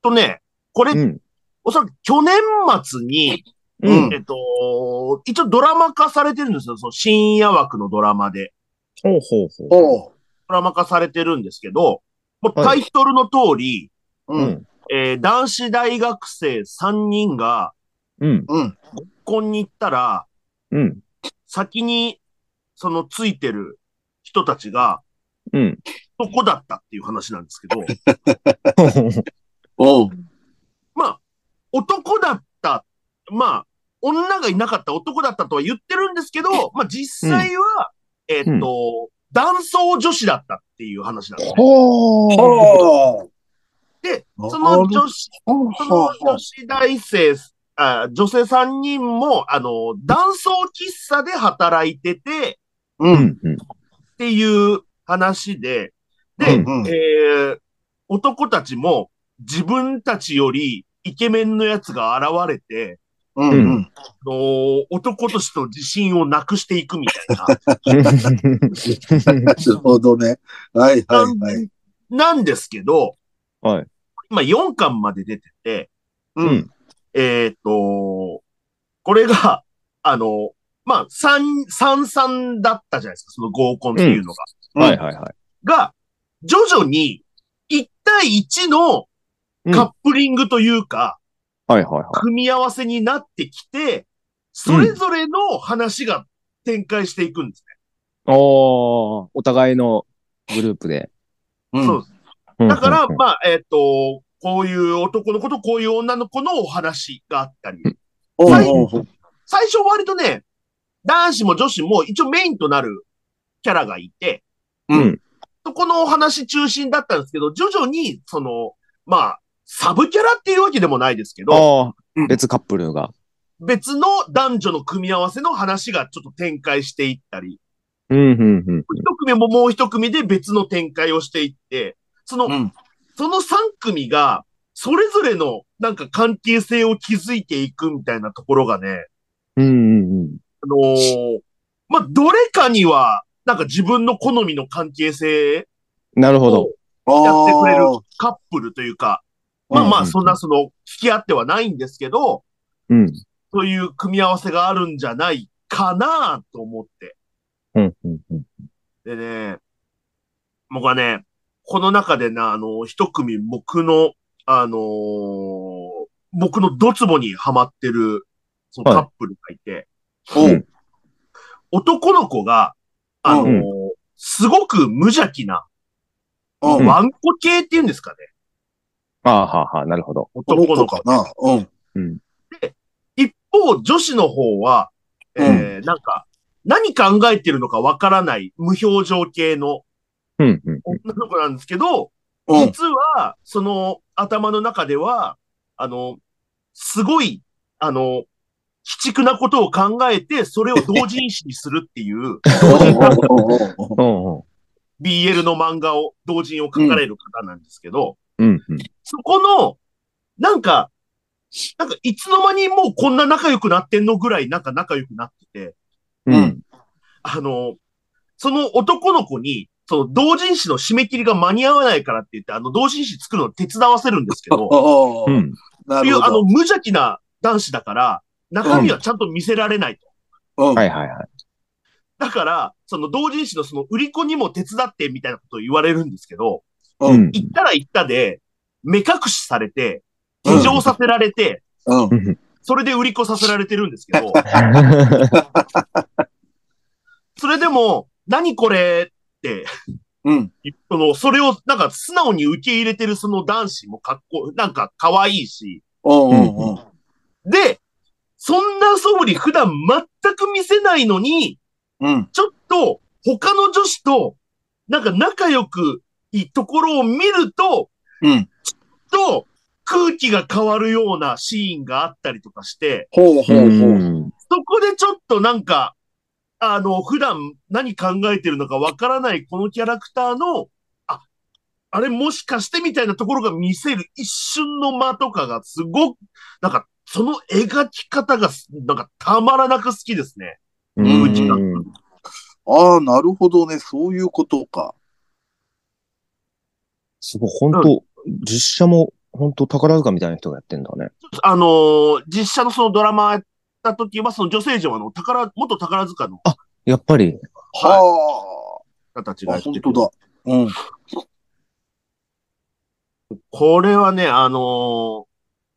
とね、これ、
うん。
おそらく去年末に、
う
うん
ん。
えっと、一応ドラマ化されてるんですよ。その深夜枠のドラマで。
ほうほうほう。
ほ
ドラマ化されてるんですけど、もうタ
は
イトルの通り、
う。うん。。
えー男子大学生3人が
うん。
うん。
合コンに行ったら、
うん。
先に、そのついてる人たちが、
うん。
どこだったっていう話なんですけど、
おう。
まあ、男だった、まあ、女がいなかった男だったとは言ってるんですけど、まあ実際は、えーっと、男装女子だったっていう話なんです。
ほー
ほう。
で、
なるほど
その女子、
ほう
その
ほうほ
女子大生、あ女性3人も、あの、男装喫茶で働いてて、
う。う。
うんん。うん。
っていう話で、
う
で、
ん。うん。
えー男たちも自分たちよりイケメンのやつが現れて、
うん。うん。
あのー男としての自信をなくしていくみたいな
なるほどね。はいはいは
感
い。
じなんですけど、
はい。
今4巻まで出てて、
う
うん。
えーっと、これが、 あのーまあ、三、三三だったじゃないですか、その合コンっていうのが。
はいはいはい。
が、徐々に1対1のカップリングというか、
はいはいはい。
組み合わせになってきて、それぞれの話が展開していくんです
おー、お互いのグループで。
う
ね。
ん
そうです
うん
だから、
うん
まあ、えっ、と、こういう男の子とこういう女の子のお話があったり。
おう
はい
おうおう
最初割とね、男子も女子も一応メインとなるキャラがいて、
うん
そこのお話中心だったんですけど、徐々に、その、まあ、サブキャラっていうわけでもないですけど、
あ
うん
あ、別カップルが。
別の男女の組み合わせの話がちょっと展開していったり、
うん、うん、うん。
一組ももう一組で別の展開をしていって、その、
うん。
その三組が、それぞれの、なんか関係性を築いていくみたいなところがね、
うん、うん、うん。
あのーまあ、どれかには、なんか自分の好みの関係性、
なるほど。
やってくれる
あー
カップルというか、まあ
うんうん
ま
う
あ、
ん
そんなその、付き合ってはないんですけど、
うん。
そういう組み合わせがあるんじゃないかなと思って。
うん、うん、うん。
でね、僕はね、この中でな、あの、一組僕の、あのー僕のドツボにハマってる、その
は
カ
い
ップルがいて、
お
う
うん
男の子が、あのー
う
すごく無邪気な、
おう
うん
ワンコ系っていうんですかね、
ああ、はあはあ、なるほど。
この
男
子
の子
か。な。うん。
うん。
一方、女子の方は、えーなんか、何考えてるのかわからない無表情系の
うん、うん。
女の子なんですけど、
うん。
実は、その頭の中では、あの、すごい、あの、鬼畜なことを考えて、それを同人誌にするって いう、
おうおうおうおう
うん、
BL の漫画を、同人を書かれる方なんですけど、
うん、うん。
そこの、なんか、なんかいつの間にもうこんな仲良くなってんのぐらい、なんか仲良くなってて、
うん。
あの、その男の子に、その同人誌の締め切りが間に合わないからって言って、あの同人誌作るの手伝わせるんですけど、
おうおう
うん。
な
ってい
る
う、あの、
ほ
無邪気な男子だから、中身はちゃんと見せられないと。
ど。うん
はい、はい、はい。
だから、その同人誌のその売り子にも手伝ってみたいなことを言われるんですけど、
う
うんん。
行ったら行ったで、目隠しされて、
うん
異常させられて、
うん。
それで売り子させられてるんですけど、それでも、何これって、
うん。
その、それを、なんか素直に受け入れてるその男子もかっこ、なんか可愛いし、
うんうんうん。
で、そんな素振り普段全く見せないのに、
うん。
ちょっと他の女子と、なんか仲良くいいところを見ると、
うん。
と空気が変わるようなシーンがあったりとかして、
ほうほうほう。
そこでちょっとなんか、あの、普段何考えてるのかわからないこのキャラクターの、あ、あれもしかしてみたいなところが見せる一瞬の間とかがすごく、なんか、その描き方がす、なんかたまらなく好きですね。
うん
うん
ああ、なるほどね。そういうことか。
すごい、本当実写も、本当宝塚みたいな人がやってんだね。
あのー実写のそのドラマやった時は、その女性陣はあの、宝、元宝塚の
やっぱり、
は
方たち
あ。
が
あ、
やって
本
て
当だ。うん。
これはね、あのー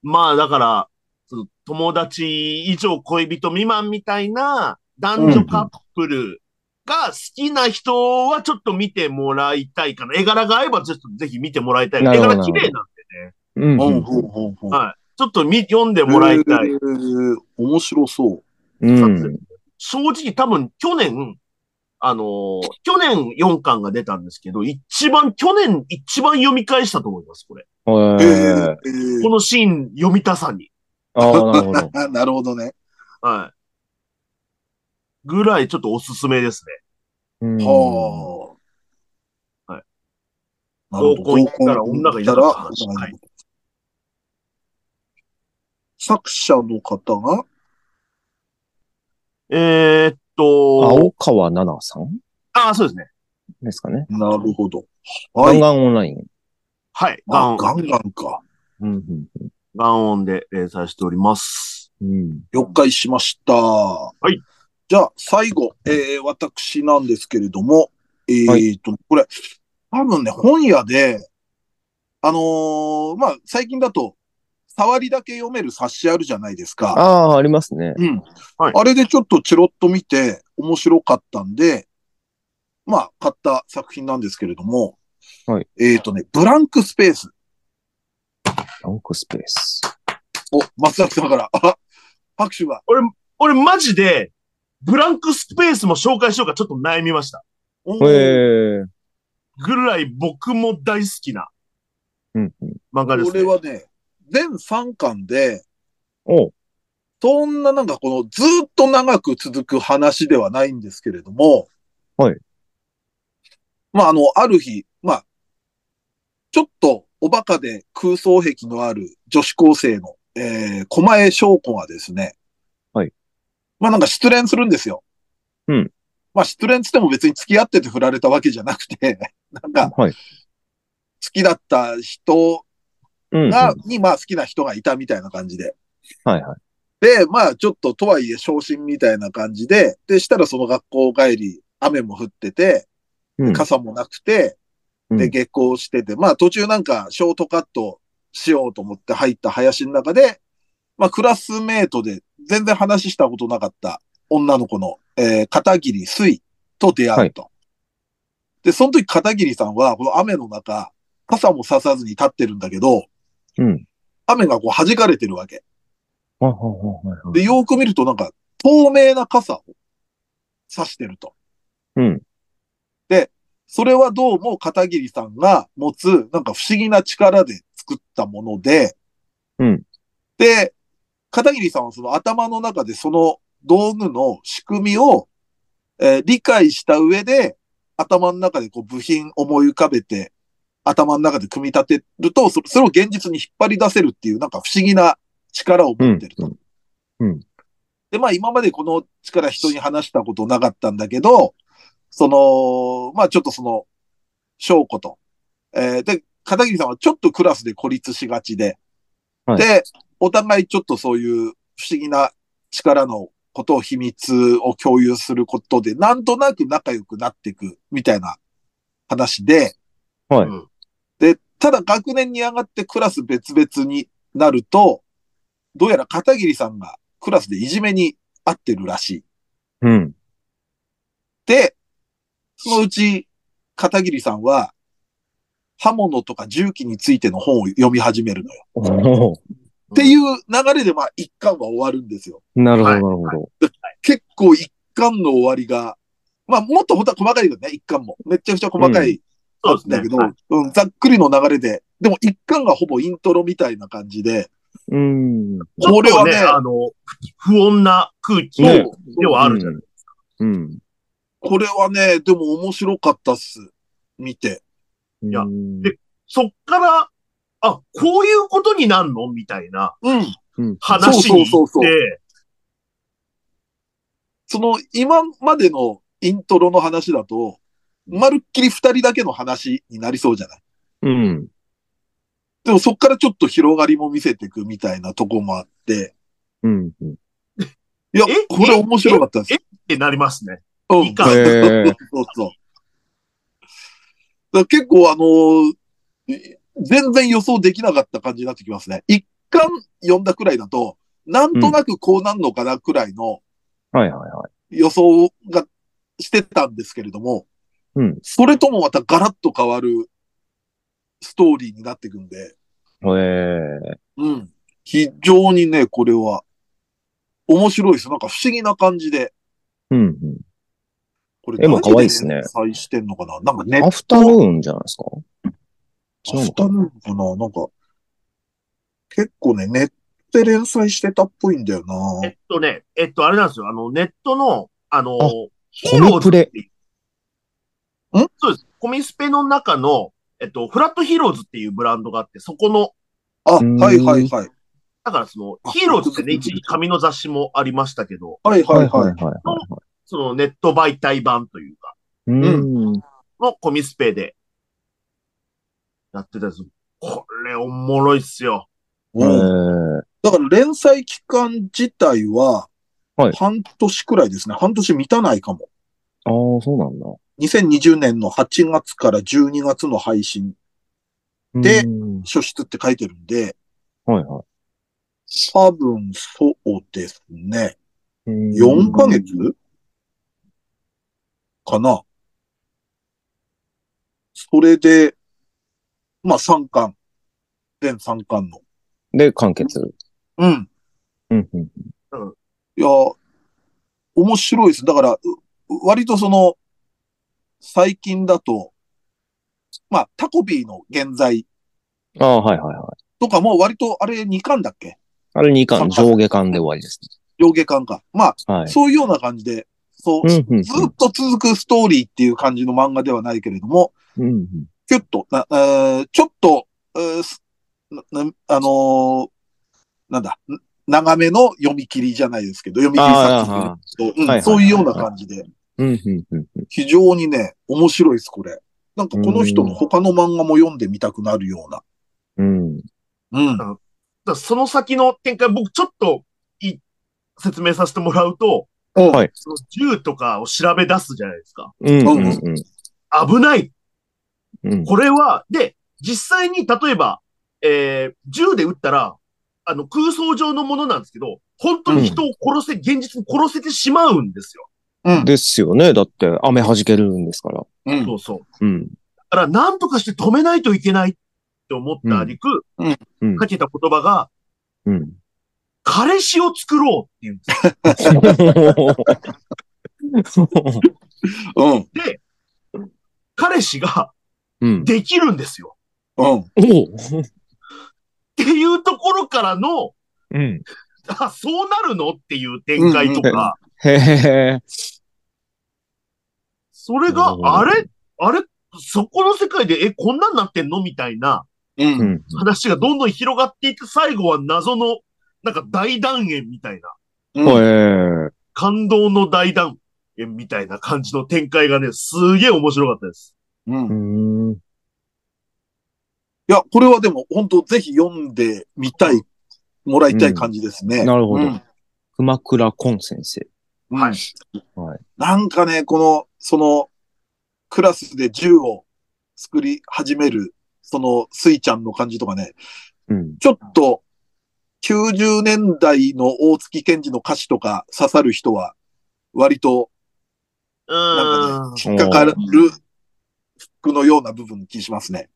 まあだから、その友達以上恋人未満みたいな男女カップルが好きな人はちょっと見てもらいたいかな。絵柄が合えばちょっとぜひ見てもらいたい。絵
なるほど
柄綺麗なんで、
うん
うん、ほうほうほう。
はいちょっと見読んでもらいたい。
えー面白そう。
うん。
正直多分去年、あのー去年4巻が出たんですけど、一番、去年一番読み返したと思います、これ。
へえ。
え
こ
ー
のシーン読みたさに。
ああ、なるほど。
あ なるほどね。
はい。ぐらいちょっとおすすめです
う
ね。
ん
はあ。
はい。
なるほど
合コン行ったら女がいなかった話
合コン行ったら
はい
作者の方が、
えーっと、
青川奈々さん
ああ、そうですね。
ですかね。
なるほど。
ガ
は
ン
い。
ガンオンライン。
はい。ガン
あ
オン。
ガンガンか。
うん
ガンオンで連載しております。。
うん。
了解しました。はいじゃあ、最後、えー、私なんですけれども、え
は
ーと、これ、多分ね、本屋で、あのーまあ、最近だと、触りだけ読める冊子あるじゃないですか。
ああ、ありますね。
うん。
はい
あれでちょっとチロッと見て、面白かったんで、まあ、買った作品なんですけれども、
はい。
えーとね、ブランクスペース。
ランクスペース。
お、松崎さんから、あ拍手が。
俺マジで、ブランクスペースも紹介しようかちょっと悩みました。
お
へ
ー
え。
ぐらい僕も大好きな
うん。
漫画です、
これ
ね。
はね、全3巻で、
おう。
そんななんかこのずっと長く続く話ではないんですけれども。
はい。
まああの、ある日、まあ、ちょっとおバカで空想癖のある女子高生の、えー、狛江翔子がですね。
はい。
まあなんか失恋するんですよ。
うん。
まあ失恋つっても別に付き合ってて振られたわけじゃなくて、 なんか
はい。
好きだった人
うんうん。
が
は、
にまあ好きな人がいたみたいな感じで。
いはい。
で、まあちょっととはいえ昇進みたいな感じで、で、したらその学校帰り、雨も降ってて、
うん
傘もなくて、
う
で、
ん
下校してて、まあ途中なんかショートカットしようと思って入った林の中で、まあクラスメートで全然話したことなかった女の子の、えー片桐水と出会うと。で、その時片桐さんはこの雨の中、傘もささずに立ってるんだけど、
うん。
雨がこう弾かれてるわけ。
はいはいはいはい。
で、よーく見るとなんか透明な傘を差してると。
うん。
それはどうも片桐さんが持つなんか不思議な力で作ったもので、
うん。
で、片桐さんはその頭の中でその道具の仕組みを、えー理解した上で頭の中でこう部品思い浮かべて頭の中で組み立てるとそそれを現実に引っ張り出せるっていうなんか不思議な力を
う
持っ
ん
てると。。
うん。
で、まあ今までこの力人に話したことなかったんだけど、その、まあちょっとその、証拠と。えーで、片桐さんはちょっとクラスで孤立しがちで、
はい
で、お互いちょっとそういう不思議な力のことを秘密を共有することで、なんとなく仲良くなっていくみたいな話で、
はい
うん
ただ学年に上がってクラス別々になると、どうやら片桐さんがクラスでいじめにあってるらしい。
うん。
で、そのうち片桐さんは刃物とか銃器についての本を読み始めるのよ。
おお。
っていう流れでまあ一巻は終わるんですよ。
なるほど、
は
ないるほど。
結構一巻の終わりが、まあもっと本当は細かいよね、一巻も。めっちゃくちゃ細かい
そうですね。
だけど、
はい
うん、ざっくりの流れで、でも一巻がほぼイントロみたいな感じで、
うん。
ちょ
こ
っ
れ
と
は
ね、
ね、
あの、不穏な空気
ね
ではあるじゃないですか。
うん。
これはね、でも面白かったっす。見て。
い
やそっから、あ、こういうことになんのみたいな
うん。
うん。
話に
そ
行
うそうそう
っ
そ
て、
その今までのイントロの話だと、まるっきり二人だけの話になりそうじゃない
うん。
でもそっからちょっと広がりも見せていくみたいなとこもあって、
うん。うん
いや
え、
これ面白かったです。
ってなりますね。
うん
いいか
そう
へー
そうそう。だから結構あのー全然予想できなかった感じになってきますね。一巻読んだくらいだと、なんとなくこうなんのかなくらいの
はいはいはい。
予想がしてたんですけれども、
うん
それともまたガラッと変わるストーリーになっていくんで、
へえ。
うん、非常にね、これは面白いです。なんか不思議な感じで。
うん。
これ
絵も可愛いっす
何
ね
連載してんのかななんか
う
ね
ん。、アフタヌーンじゃないですか
ア
違う
フ
のか
タヌーンかななんか、結構ね、ネットで連載してたっぽいんだよな
えっとね、えっと、あれなんですよ。あの、ネットの、あの
あ、
ヒーロー
コミプレ
っていう。
ん
そうです。コミスペの中の、えっと、フラットヒーローズっていうブランドがあって、そこの、
あ、
うん
はいはいはい。
だからそ
あ
の、ヒーローズってね、
そう
一時紙の雑誌もありましたけど、
はいはいはい。
はいはい。
そのネット媒体版というか、
うん。
のコミスペで、やってたやつ。これおもろいっすよ。
へ
うん
え。
だから連載期間自体は
はい、
半年くらいですね。半年満たないかも。
ああ、そうなんだ。
2020年の8月から12月の配信、で
うん
初出って書いてるんで、
はいは
多分そうですね。
い。うん
4ヶ月かな。それで、まあ3巻。全3巻の。
で、完結。
うん。
うんうん。
いや、面白いです。だから、う割とその、最近だと、まあタコピーの現在
ああ、はいはいはい。
とかも割と、あれ2巻だっけ
あれ2巻、
三巻
上下巻で終わりです
上下巻か。まあ、
ね。はい。
そういうような感じで、そう、
うんうん
ずっと続くストーリーっていう感じの漫画ではないけれども、
うんうん。
キュッと、なえーちょっと、えーすななあのーなんだ、ん長めの読み切りじゃないですけど、読み切り
あ
作品と、うん
はいはいはい
そういうような感じで、
あ、うんうんうん。
非常にね、面白いです、これ。なんかこの人の他の漫画も読んでみたくなるような。
うん。
うん。
だからその先の展開、僕ちょっとい説明させてもらうと、
はい
その銃とかを調べ出すじゃないですか。
うんうんうん
危ない。
うん。
これは、で、実際に例えば、えー銃で撃ったら、あの、空想上のものなんですけど、本当に人を殺せ、現実に殺せてしまうんですよ。
うん。
ですよね。だって、雨弾けるんですから。
うん
そうそう。
うん。
だから、なんとかして止めないといけないって思った挙句、
うん
うんうん
かけた言葉が、
うん。
彼氏を作ろうっていうんですよ。
うん。
彼氏が
うん。
できるんですよ。
うん。
お
っていうところからの、
うん。
あ、そうなるのっていう展開とか、
うんうんへえ。
それ
う
が、
ん
あれあれそこの世界で、え、こんなんなってんのみたいな
う。
うんん。
話がどんどん広がっていく、最後は謎の、なんか大断円みたい
う
な、
ん。
へえ。
感動の大断円みたいな感じの展開がね、すげえ面白かったです。
うん
う。ん。
いや、これはでも本当ぜひ読んでみたい、もらいたい感じですね。
うんなるほど
うん
熊倉昆先生。
はい
はい。
なんかね、この、その、クラスで銃を作り始めるその、スイちゃんの感じとかね、
うん。
ちょっと、90年代の大月健二の歌詞とか刺さる人は、割と
うん。
引っかかるフックのような部分気しますね。
う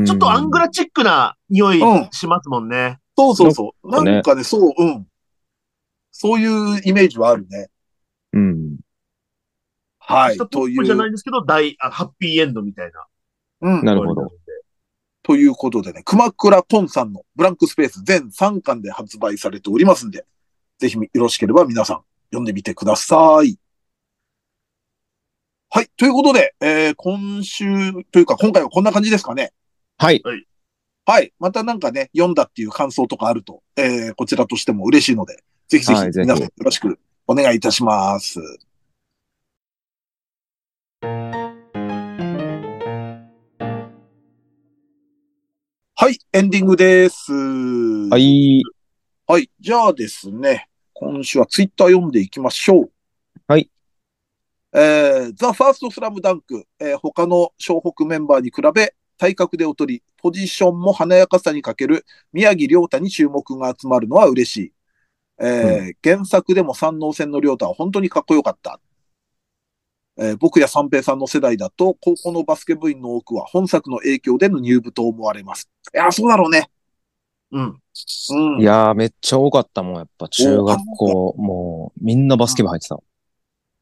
ん
ちょっとアングラチックな匂い
うん
しますもんね。
そうそうそう。な
な
ん
かね
んかね、そう、うん。そういうイメージはあるね。
うん。
はい。
人
と
と
い
じゃな
う、
いですけど、大、あハッピーエンドみたいな。
うん。
なるほど。
ということでね、熊倉ポンさんのブランクスペース全3巻で発売されておりますんで、ぜひよろしければ皆さん読んでみてください。はい。ということで、えー今週というか今回はこんな感じですかね。
はい。
はい。またなんかね、読んだっていう感想とかあると、えーこちらとしても嬉しいので、ぜひぜひ
はいぜひ
皆さんよろしくお願いいたします。はい、エンディングです。は。
はいい。
じゃあですね、今週はツイッター読んでいきましょう。
はい。
えー、ザ・ファースト・スラムダンク、えー他の湘北メンバーに比べ、体格で劣り、ポジションも華やかさに欠ける宮城亮太に注目が集まるのは嬉しい。えー原作でも山王戦の亮太は本当にかっこよかった。えー僕や三平さんの世代だと、高校のバスケ部員の多くは本作の影響での入部と思われます。いやー、そうだろうね。
うん。
うん
い。やー、めっちゃ多かったもん、やっぱ中学校、もう、みんなバスケ部入ってた。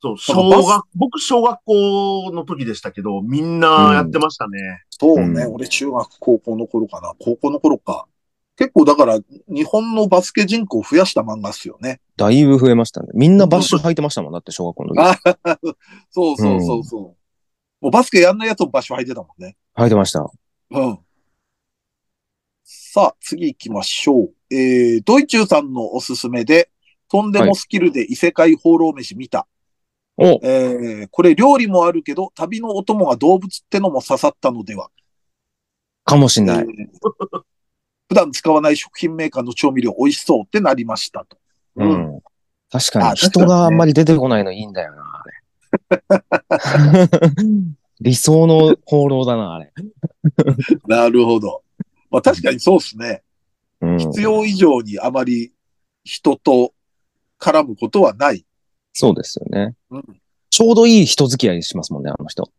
そう、
なん
小
かバ
学、僕小学校の時でしたけど、みんなやってましたね。
そうね、
うん
俺中学高校の頃かな。高校の頃か。結構だから、日本のバスケ人口を増やした漫画っすよね。
だいぶ増えましたね。みんなバッシュ履いてましたもん、だって小学校の時。
あそうそうそうそう。もうバスケやんないやつも場所入ってたもんね。
履いてました。
うん。さあ、次行きましょう。えー、ドイチューさんのおすすめで、とんでもスキルで異世界放浪飯見た。
お
えー、これ料理もあるけど、旅のお供が動物ってのも刺さったのでは
かもしんない。
えー 普段使わない食品メーカーの調味料美味しそうってなりましたと。
う。
うん
確か
あ
に、人があんまり出てこないのいいんだよな、あ れ。理想の放浪だな、あれ。
なるほど。まあ確かにそうですね。
うん。
必要以上にあまり人と絡むことはない。
そうですよね
うん。
ちょうどいい人付き合いしますもんね、あの人。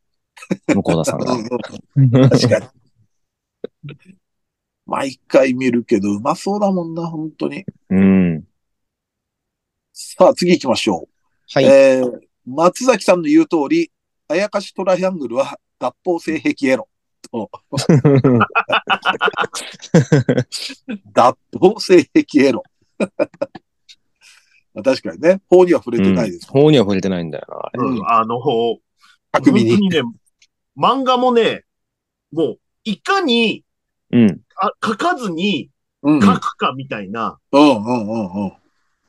向田さんが。
確かに。 毎回見るけど、うまそうだもんな、本当に。
うん。
さあ、次行きましょう。
はい。
えー松崎さんの言う通り、あやかしトライアングルは脱法性癖エロ。と脱法性癖 エロ。まあ確かにね、法には触れてないです。
法には触れてないんだよな、あれ。
うん
うんあの、本当
巧みに。
にね、漫画もね、もう、いかに
うん。
あ書かずに
うん、うん、う
書
ん、
くかみたいな、
うん、うん。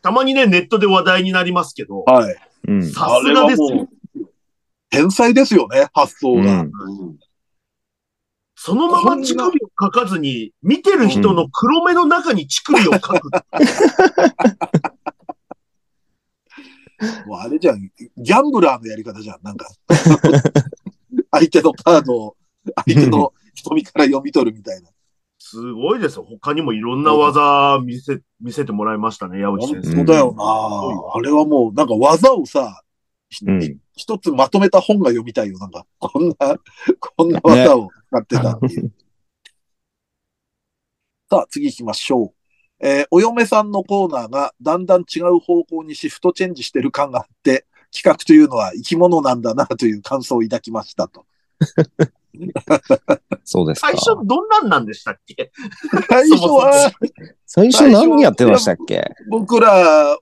たまにね、ネットで話題になりますけど、
はい。
うん。
さすが
あれ
です
はも
よ
う。天才ですよね、発想が。
うん
うん
そのまま乳首を書かずに、見てる人の黒目の中に乳首を書く。
もうあれじゃん、ギャンブラーのやり方じゃん、なんか。 相手のカードを、相手の瞳から読み取るみたいな。
すごいですよ。他にもいろんな技見せ、見せてもらいましたね、矢内
本
先生。
当だよな、
う
あれはもう、なんか技をさ、ひ
うん
一つまとめた本が読みたいよ。なんか、こんな、こんな技を使ってたっていう。さあ、次行きましょう。えーお嫁さんのコーナーがだんだん違う方向にシフトチェンジしてる感があって、企画というのは生き物なんだなという感想を抱きました と。
そうですか
最。初どんなんなんでしたっけ
最初は、
最初何やってましたっけ
僕ら、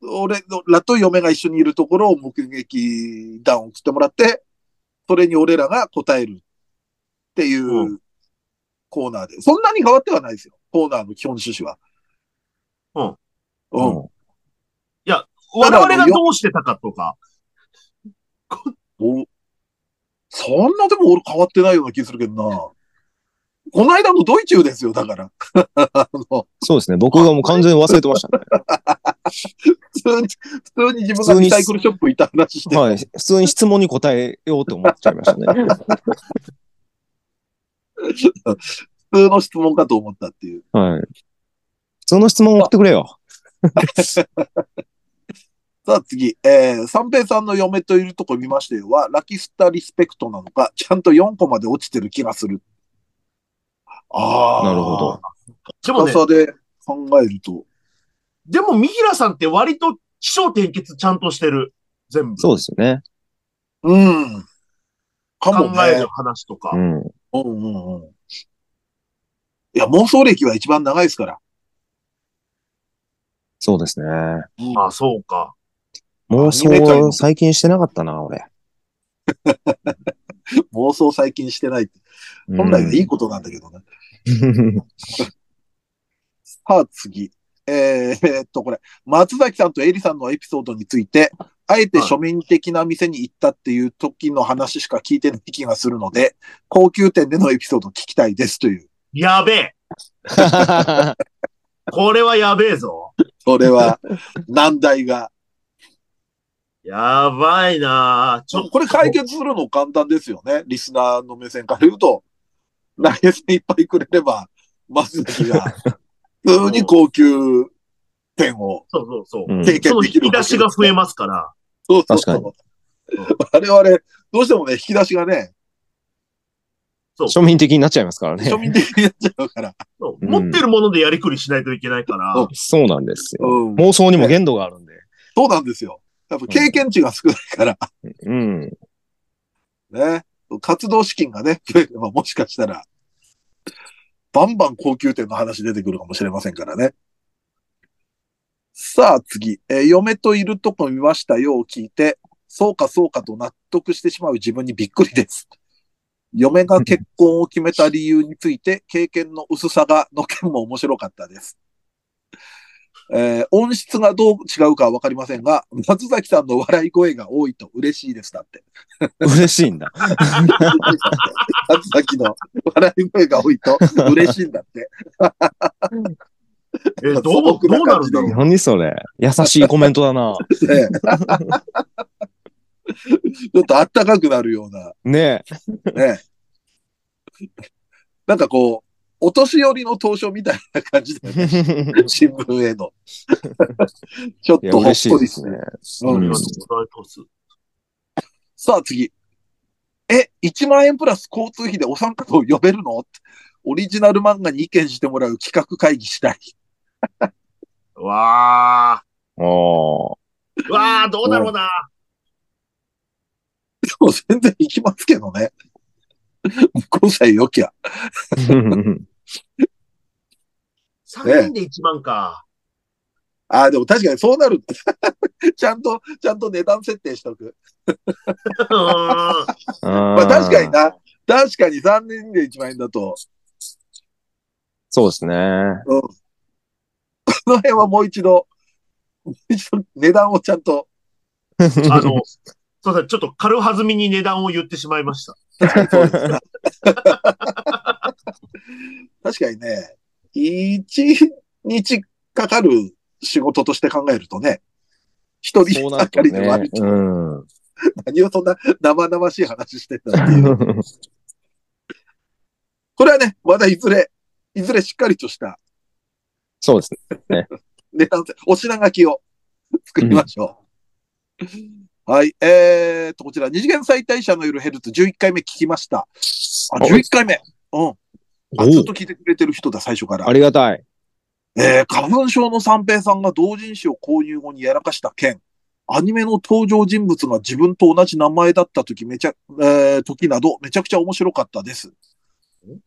俺らと嫁が一緒にいるところを目撃談を送ってもらって、それに俺らが答えるっていううコーナーで、そんなに変わってはないですよ。コーナーの基本趣旨は。
うん。
うん。
我々がどうしてたかとか。
おそんなでも俺変わってないような気するけどな。この間のドイチューですよ、だから。あの、
そうですね。僕がもう完全に忘れてましたね。
普通に、普通に自分がリサイクルショップ行った話して
はい。普通に質問に答えようと思っちゃいましたね。
普通の質問かと思ったっていう。
はい。普通の質問送ってくれよ。
さあ次、えー、三平さんの嫁といるとこ見ましたよは、ラキスタリスペクトなのか、ちゃんと4個まで落ちてる気がする。ああ。
なるほど。。
でもね、
高さで考えると。
でも、三平さんって割と気象転結ちゃんとしてる。全部。
そうですよね。
うん。かも
考
ね。
える話とか
う。ん。
うんうんうん。いや、妄想歴は一番長いですから。
そうですね。
あ、そうか。
妄
アニメ界
想
の
最近してなかったな、俺。
妄想最近してないって。
うん
本来はい いことなんだけどね。さあ次。えーえーっと、これ。松崎さんとエリさんのエピソードについて、あえて庶民的な店に行ったっていう時の話しか聞いてない気がするので、高級店でのエピソード聞きたいですという。
やべえ。これはやべえぞ。
それ は、難題が。
やばいなちょっと
これ解決するの簡単ですよね。リスナーの目線から言うと、投げ銭いっぱいくれれば、松崎が、普通に高級店を。
そうそうそう。
うん
経験
その
でき
引
る
き出しが増えますから。
そうそう
確か
そ
に
う。 我々、どうしてもね、引き出しがね、
庶民的になっちゃいますからね
庶。民的になっちゃうから。
そう
うん
持ってるものでやりくりしないといけないから。
そう
そうなんですよ。
うん。
妄想にも限度があるんで。
そうなんですよ。やっぱ経験値が少ないから、
うん。
ね。活動資金がね、 増えればもしかしたら、バンバン高級店の話出てくるかもしれませんからね。さあ次、えー嫁といるとこ見ましたよを聞いて、そうかそうかと納得してしまう自分にびっくりです。嫁が結婚を決めた理由について、経験の薄さがの件も面白かったです。えー音質がどう違うかはわかりませんが、松崎さんの笑い声が多いと嬉しいですだって。
嬉しいんだ。
松崎の笑い声が多いと嬉しいんだって。
えど
素
う、ど
朴な
うな
感
る
じ
ん
で
だろう。
何それ。優しいコメントだな。
ねえちょっとあったかくなるような、
ね
ねえなんかこう、お年寄りの投書みたいな感じで、
え。
新聞への。ちょっ
いや、
とほっ
嬉し
こ
い
り
ですす
る
ね。
あ
う
り
ん
がとうございます。
さあ次。え、1万円プラス交通費でお三方を呼べるのオリジナル漫画に意見してもらう企画会議したい。
わあ。
ああ。
わあ、どうだろうな。
でも全然行きますけどね。向こうさえよきゃ。
3人で1万か。
ああ、でも確かにそうなる。 ちゃんと、ちゃんと値段設定しとく。
うーん
ま
まあ確かに。な。確かに3人で1万円だと、
そうですね。
この辺はもう一度、 もう一度値段をちゃんと、
あの、そうですねちょっと軽はずみに値段を言ってしまいました。
そうですな確かにね、1日かかる仕事として考えるとね、一人
そうな
あ
ると
たりで割る。
ね
と、
うん。う
何をそんな生々しい話してたっていう。これはね、まだいずれ、いずれしっかりとした
そうですね。
値段せ、お品書きを作りましょう。はい。えー、と、こちら、二次元再退者の夜ヘルツ11回目聞きました。あ、11回目。うん。あずっと聞いてくれてる人だ、最初から
あ。りがたい。
えー、花粉症の三平さんが同人誌を購入後にやらかした件。アニメの登場人物が自分と同じ名前だった時めちゃ、えー、時などめちゃくちゃ面白かったです。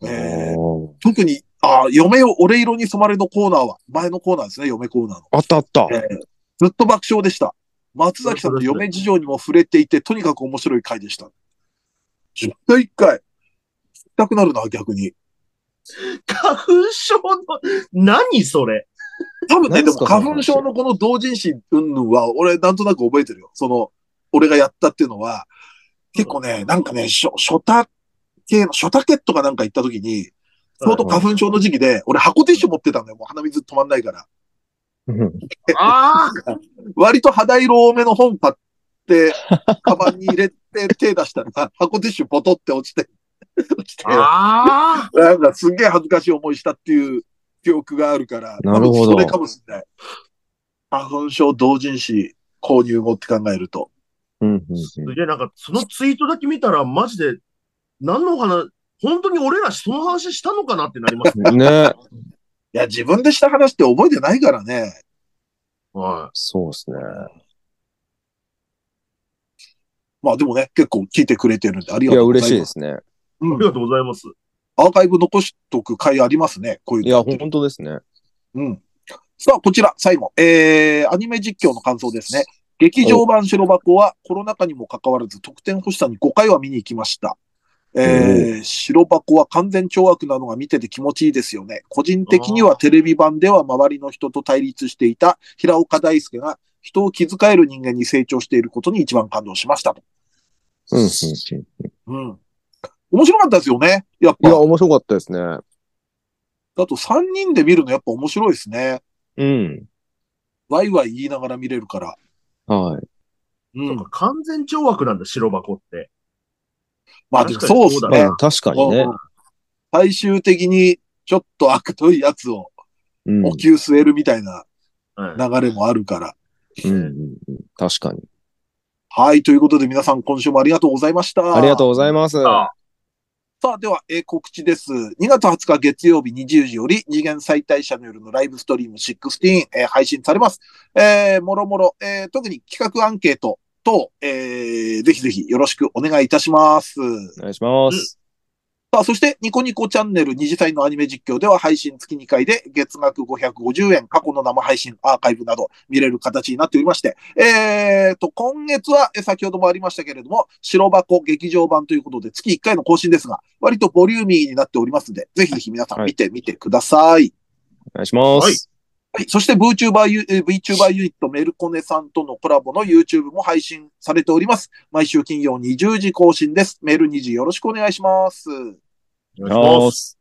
えー、
おー
特に、あー、嫁を俺色に染まれのコーナーは、前のコーナーですね、嫁コーナーの。
あったあった。
えーずっと爆笑でした。松崎さんの嫁事情にも触れていて、とにかく面白い回でした。11回1回。聞きたくなるな、逆に。
花粉症の、何それ
多分ね、
何
ですも
か
花粉症のこの同人誌うんぬんは、俺なんとなく覚えてるよ。その、俺がやったっていうのは、結構ね、なんかね、しょ、ショタ系の、ショタケットかなんか行った時に、ちょうど花粉症の時期で、俺箱ティッシュ持ってたんだよ。もう鼻水止まんないから。
ああ、
割と肌色多めの本 買って、カバンに入れて手出したら、箱ティッシュポトって落ちて、
ああ、
なんかすげえ恥ずかしい思いしたっていう記憶があるから、
なるほど
多分それかもしれない。花粉症同人誌購入後って考えると。
うんうん
すげえ、なんか、そのツイートだけ見たら、マジで、何の話、本当に俺らその話したのかなってな りますね。
うんね。
いや、自分でした話って覚えてないからね。
は
そうですね。
まあでもね、結構聞いてくれてるんで、あり
い
が
や、
とうございま
嬉
す。
しいで。すね。
う
い。あ
ん
り。がとうございます。
アーカイブ残しとく回ありますね、こういう
い
の。
や、本当ですね。
うん。さあ、こちら、最後。えー、アニメ実況の感想ですね。劇場版白箱はコロナ禍にもかかわらず得点欲しさに5回は見に行きました。えー、白箱は完全懲悪なのが見てて気持ちいいですよね。個人的にはテレビ版では周りの人と対立していた平岡大輔が人を気遣える人間に成長していることに一番感動しましたと。
うんうんうん。
うん。面白かったですよね。やっ
いや、
ぱ。
面白かったですね。
あと3人で見るのやっぱ面白いですね。
うん。
ワイワイ言いながら見れるから。
はい。
う
なん
ん
か。完全懲悪なんだ、白箱って。
まあでもそうです
確かに
ね
まあ、。確かにね
うん。最終的にちょっと悪どいやつを
うん。う
お灸据えるみたいな
はい。
流れもあるから。
んうんうん確かに。
はい。ということで皆さん今週もありがとうございました。
ありがとう
う。
ございます。
あ
さあ、では、えー告知です。2月20日月曜日20時より、二次元再退者によるのライブストリーム16、えー配信されます。えーもろもろ、えー特に企画アンケート等、えーぜひぜひよろしくお願いいたします。
お願いします。
さあ、そして、ニコニコチャンネル二次祭のアニメ実況では配信月2回で月額550円、過去の生配信、アーカイブなど見れる形になっておりまして、えーと、今月は、え先ほどもありましたけれども、白箱劇場版ということで月1回の更新ですが、割とボリューミーになっておりますので、ぜひぜひ皆さん見てみてください。
お願いします。
はい。そして VTuber ユ、えー VTuber ユニットメルコネさんとのコラボの YouTube も配信されております。毎週金曜20時更新です。メール2時よろしくお願いします。
お
お願
願いし
いし
ま。
ますす。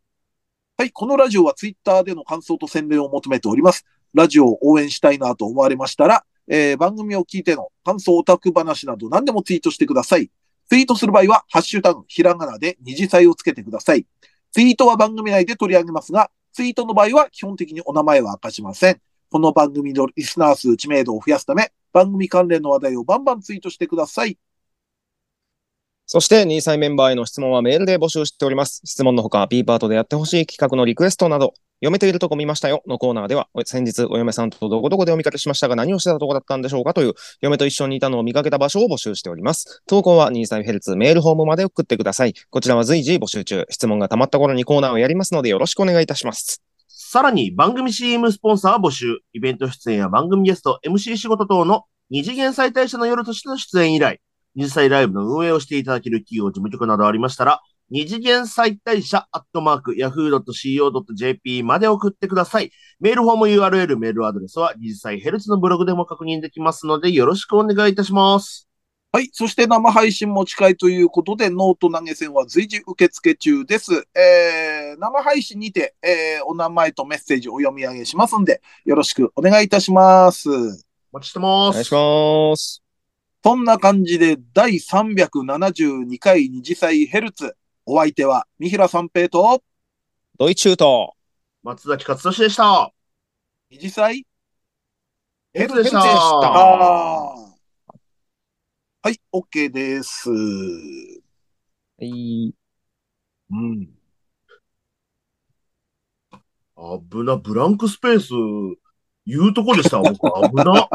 はい、このラジオはツイッターでの感想と宣伝を求めております。ラジオを応援したいなと思われましたら、えー番組を聞いての感想、オタク話など何でもツイートしてください。ツイートする場合は、ハッシュタグ、ひらがなで二次祭をつけてください。ツイートは番組内で取り上げますが、ツイートの場合は基本的にお名前は明かしません。この番組のリスナー数知名度を増やすため、番組関連の話題をバンバンツイートしてください。
そして、2歳メンバーへの質問はメールで募集しております。質問のほか、B パートでやってほしい企画のリクエストなど、読めているとこ見ましたよのコーナーでは、お先日お嫁さんとどこどこでお見かけしましたが、何をしてたとこだったんでしょうかという、嫁と一緒にいたのを見かけた場所を募集しております。投稿は2歳ヘルツメールホームまで送ってください。こちらは随時募集中。質問が溜まった頃にコーナーをやりますので、よろしくお願いいたします。
さらに番組 CM スポンサーは募集、イベント出演や番組ゲスト、MC 仕事等の二次元再大社の夜としての出演以来、二次祭ライブの運営をしていただける企業、事務局などありましたら、二次元再大社アットマーク yahoo.co.jp まで送ってください。メールフォーム URL、メールアドレスは二次祭ヘルツのブログでも確認できますので、よろしくお願いいたします。
はい。そして生配信持ち会ということで、ノート投げ銭は随時受付中です。えー、生配信にて、えー、お名前とメッセージをお読み上げしますんで、よろしくお願いいたします。
お待ちしてま
お
す。
願いします。
そんな感じで、第372回二次祭ヘルツ。お相手は、三平三平と、
ドイチュート。
松崎勝利でした。
二次祭
ヘルツでした。
ヘルツでした
あー。はい、OK です。
はい。
うん。
危な、ブランクスペース、言うとこでした、僕。危な。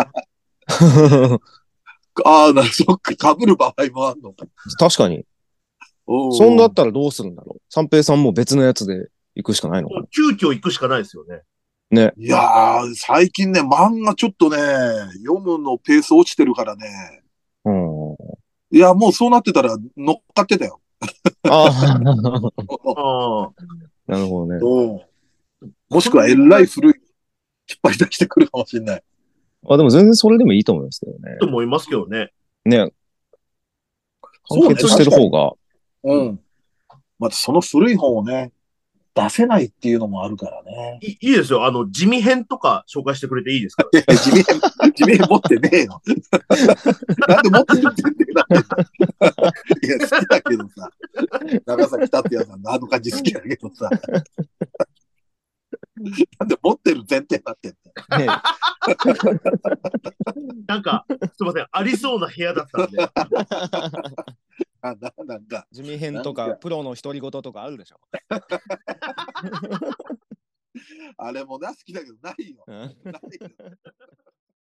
あー、な、そっか、被る場合もあるのか。
確かに。
おー
そんだったらどうするんだろう。三平さんも別のやつで行くしかないのかな。
急遽行くしかないですよね。
いやー、最近ね、漫画ちょっとね、読むのペース落ちてるからね。
うん。
いや、もうそうなってたら乗っかってたよ。
ああ。
ああ。
なるほどね。
うんもしくは、えらい古い、引っ張り出してくるかもしれない。
あ、でも全然それでもいいと思いますけどね。
と思いますけどね。
ね。
そうね
完結してる方が。
うん。またその古い本をね、出せないっていうのもあるからね。
いいいですよ。あの、地味編とか紹介してくれていいですか
地味編、地名持ってねえよ。 なんで持って言ってんだよ。いや、好きだけどさ。長崎達也さんのあの感じ好きだけどさ。なんで持ってる前提になってんだよ。
ね
なんか、すいません、ありそうな部屋だったんで。
あ、な、なんか。
地味編と
なん
か
か
プロの独り言とかあるでしょ。
あれもな、好きだけどないよ。
うん
ないよ